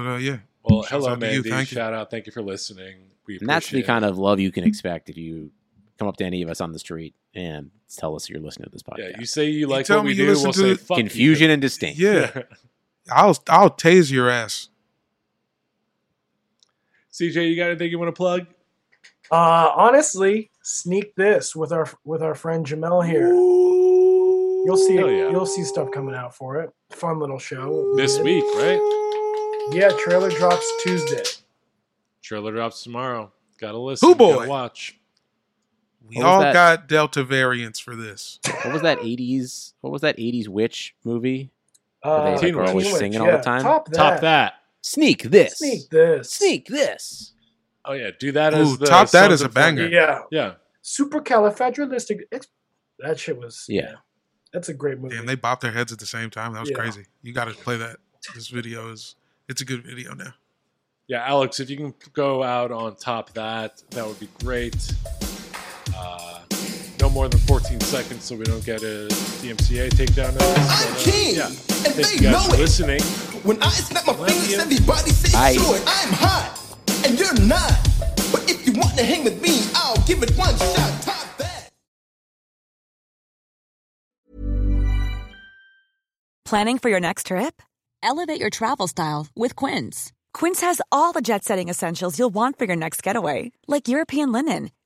S1: uh, yeah,
S3: well,
S1: Shouts
S3: hello,
S1: out to you.
S3: Mandy.
S1: Thank you.
S3: Shout out. Thank you for listening. We
S2: And that's the
S3: appreciate
S2: kind
S3: it.
S2: of love you can expect if you come up to any of us on the street and tell us you're listening to this podcast.
S3: Yeah, you say you like
S1: tell
S3: what
S1: me
S3: we
S1: you
S3: do,
S1: listen
S3: we'll
S1: to
S3: say
S1: the-
S3: fuck you.
S2: Confusion and distinct.
S1: yeah, I'll I'll tase your ass.
S3: CJ, you got anything you want to plug?
S4: Uh, honestly, sneak this with our with our friend Jamel here. You'll see
S3: Hell yeah.
S4: you'll see stuff coming out for it. Fun little show.
S3: This week, right?
S4: Yeah, trailer drops Tuesday.
S3: Trailer drops tomorrow. Gotta listen.
S1: Who boy?
S3: Gotta watch.
S1: We
S2: What was
S1: all
S2: that?
S1: got Delta variants for this.
S2: What was that 80s? What was that 80s witch movie?
S4: Uh,
S2: Where
S3: they, like, are always
S4: Teen Witch,
S2: singing all the time?
S4: Top that.
S3: Top that.
S2: Sneak this.
S4: Sneak this.
S2: Sneak this.
S3: Oh yeah, do that
S1: Ooh,
S3: as the
S1: top that is
S3: something
S1: a banger.
S3: from-
S4: Yeah.
S3: Yeah.
S4: Supercalifragilistic. That shit was.
S2: Yeah.
S4: That's a great movie.
S1: Damn, they bopped their heads at the same time. That was
S4: Yeah.
S1: crazy. You got to play that. This video is it's a good video now.
S3: Yeah, Alex, if you can go out on top that, that would be great. Uh, no more than 14 seconds so we don't get a DMCA takedown notice.
S6: I'm
S3: But, uh,
S6: king,
S3: yeah.
S6: and
S3: Thank
S6: they
S3: you guys
S6: know
S3: for
S6: it.
S3: listening.
S6: When I snap my fingers,
S3: you.
S6: everybody says
S2: Aye.
S6: sure it. I'm hot, and you're not. But if you want to hang with me, I'll give it one shot. Top that.
S7: Planning for your next trip? Elevate your travel style with Quince. Quince has all the jet setting essentials you'll want for your next getaway, like European linen,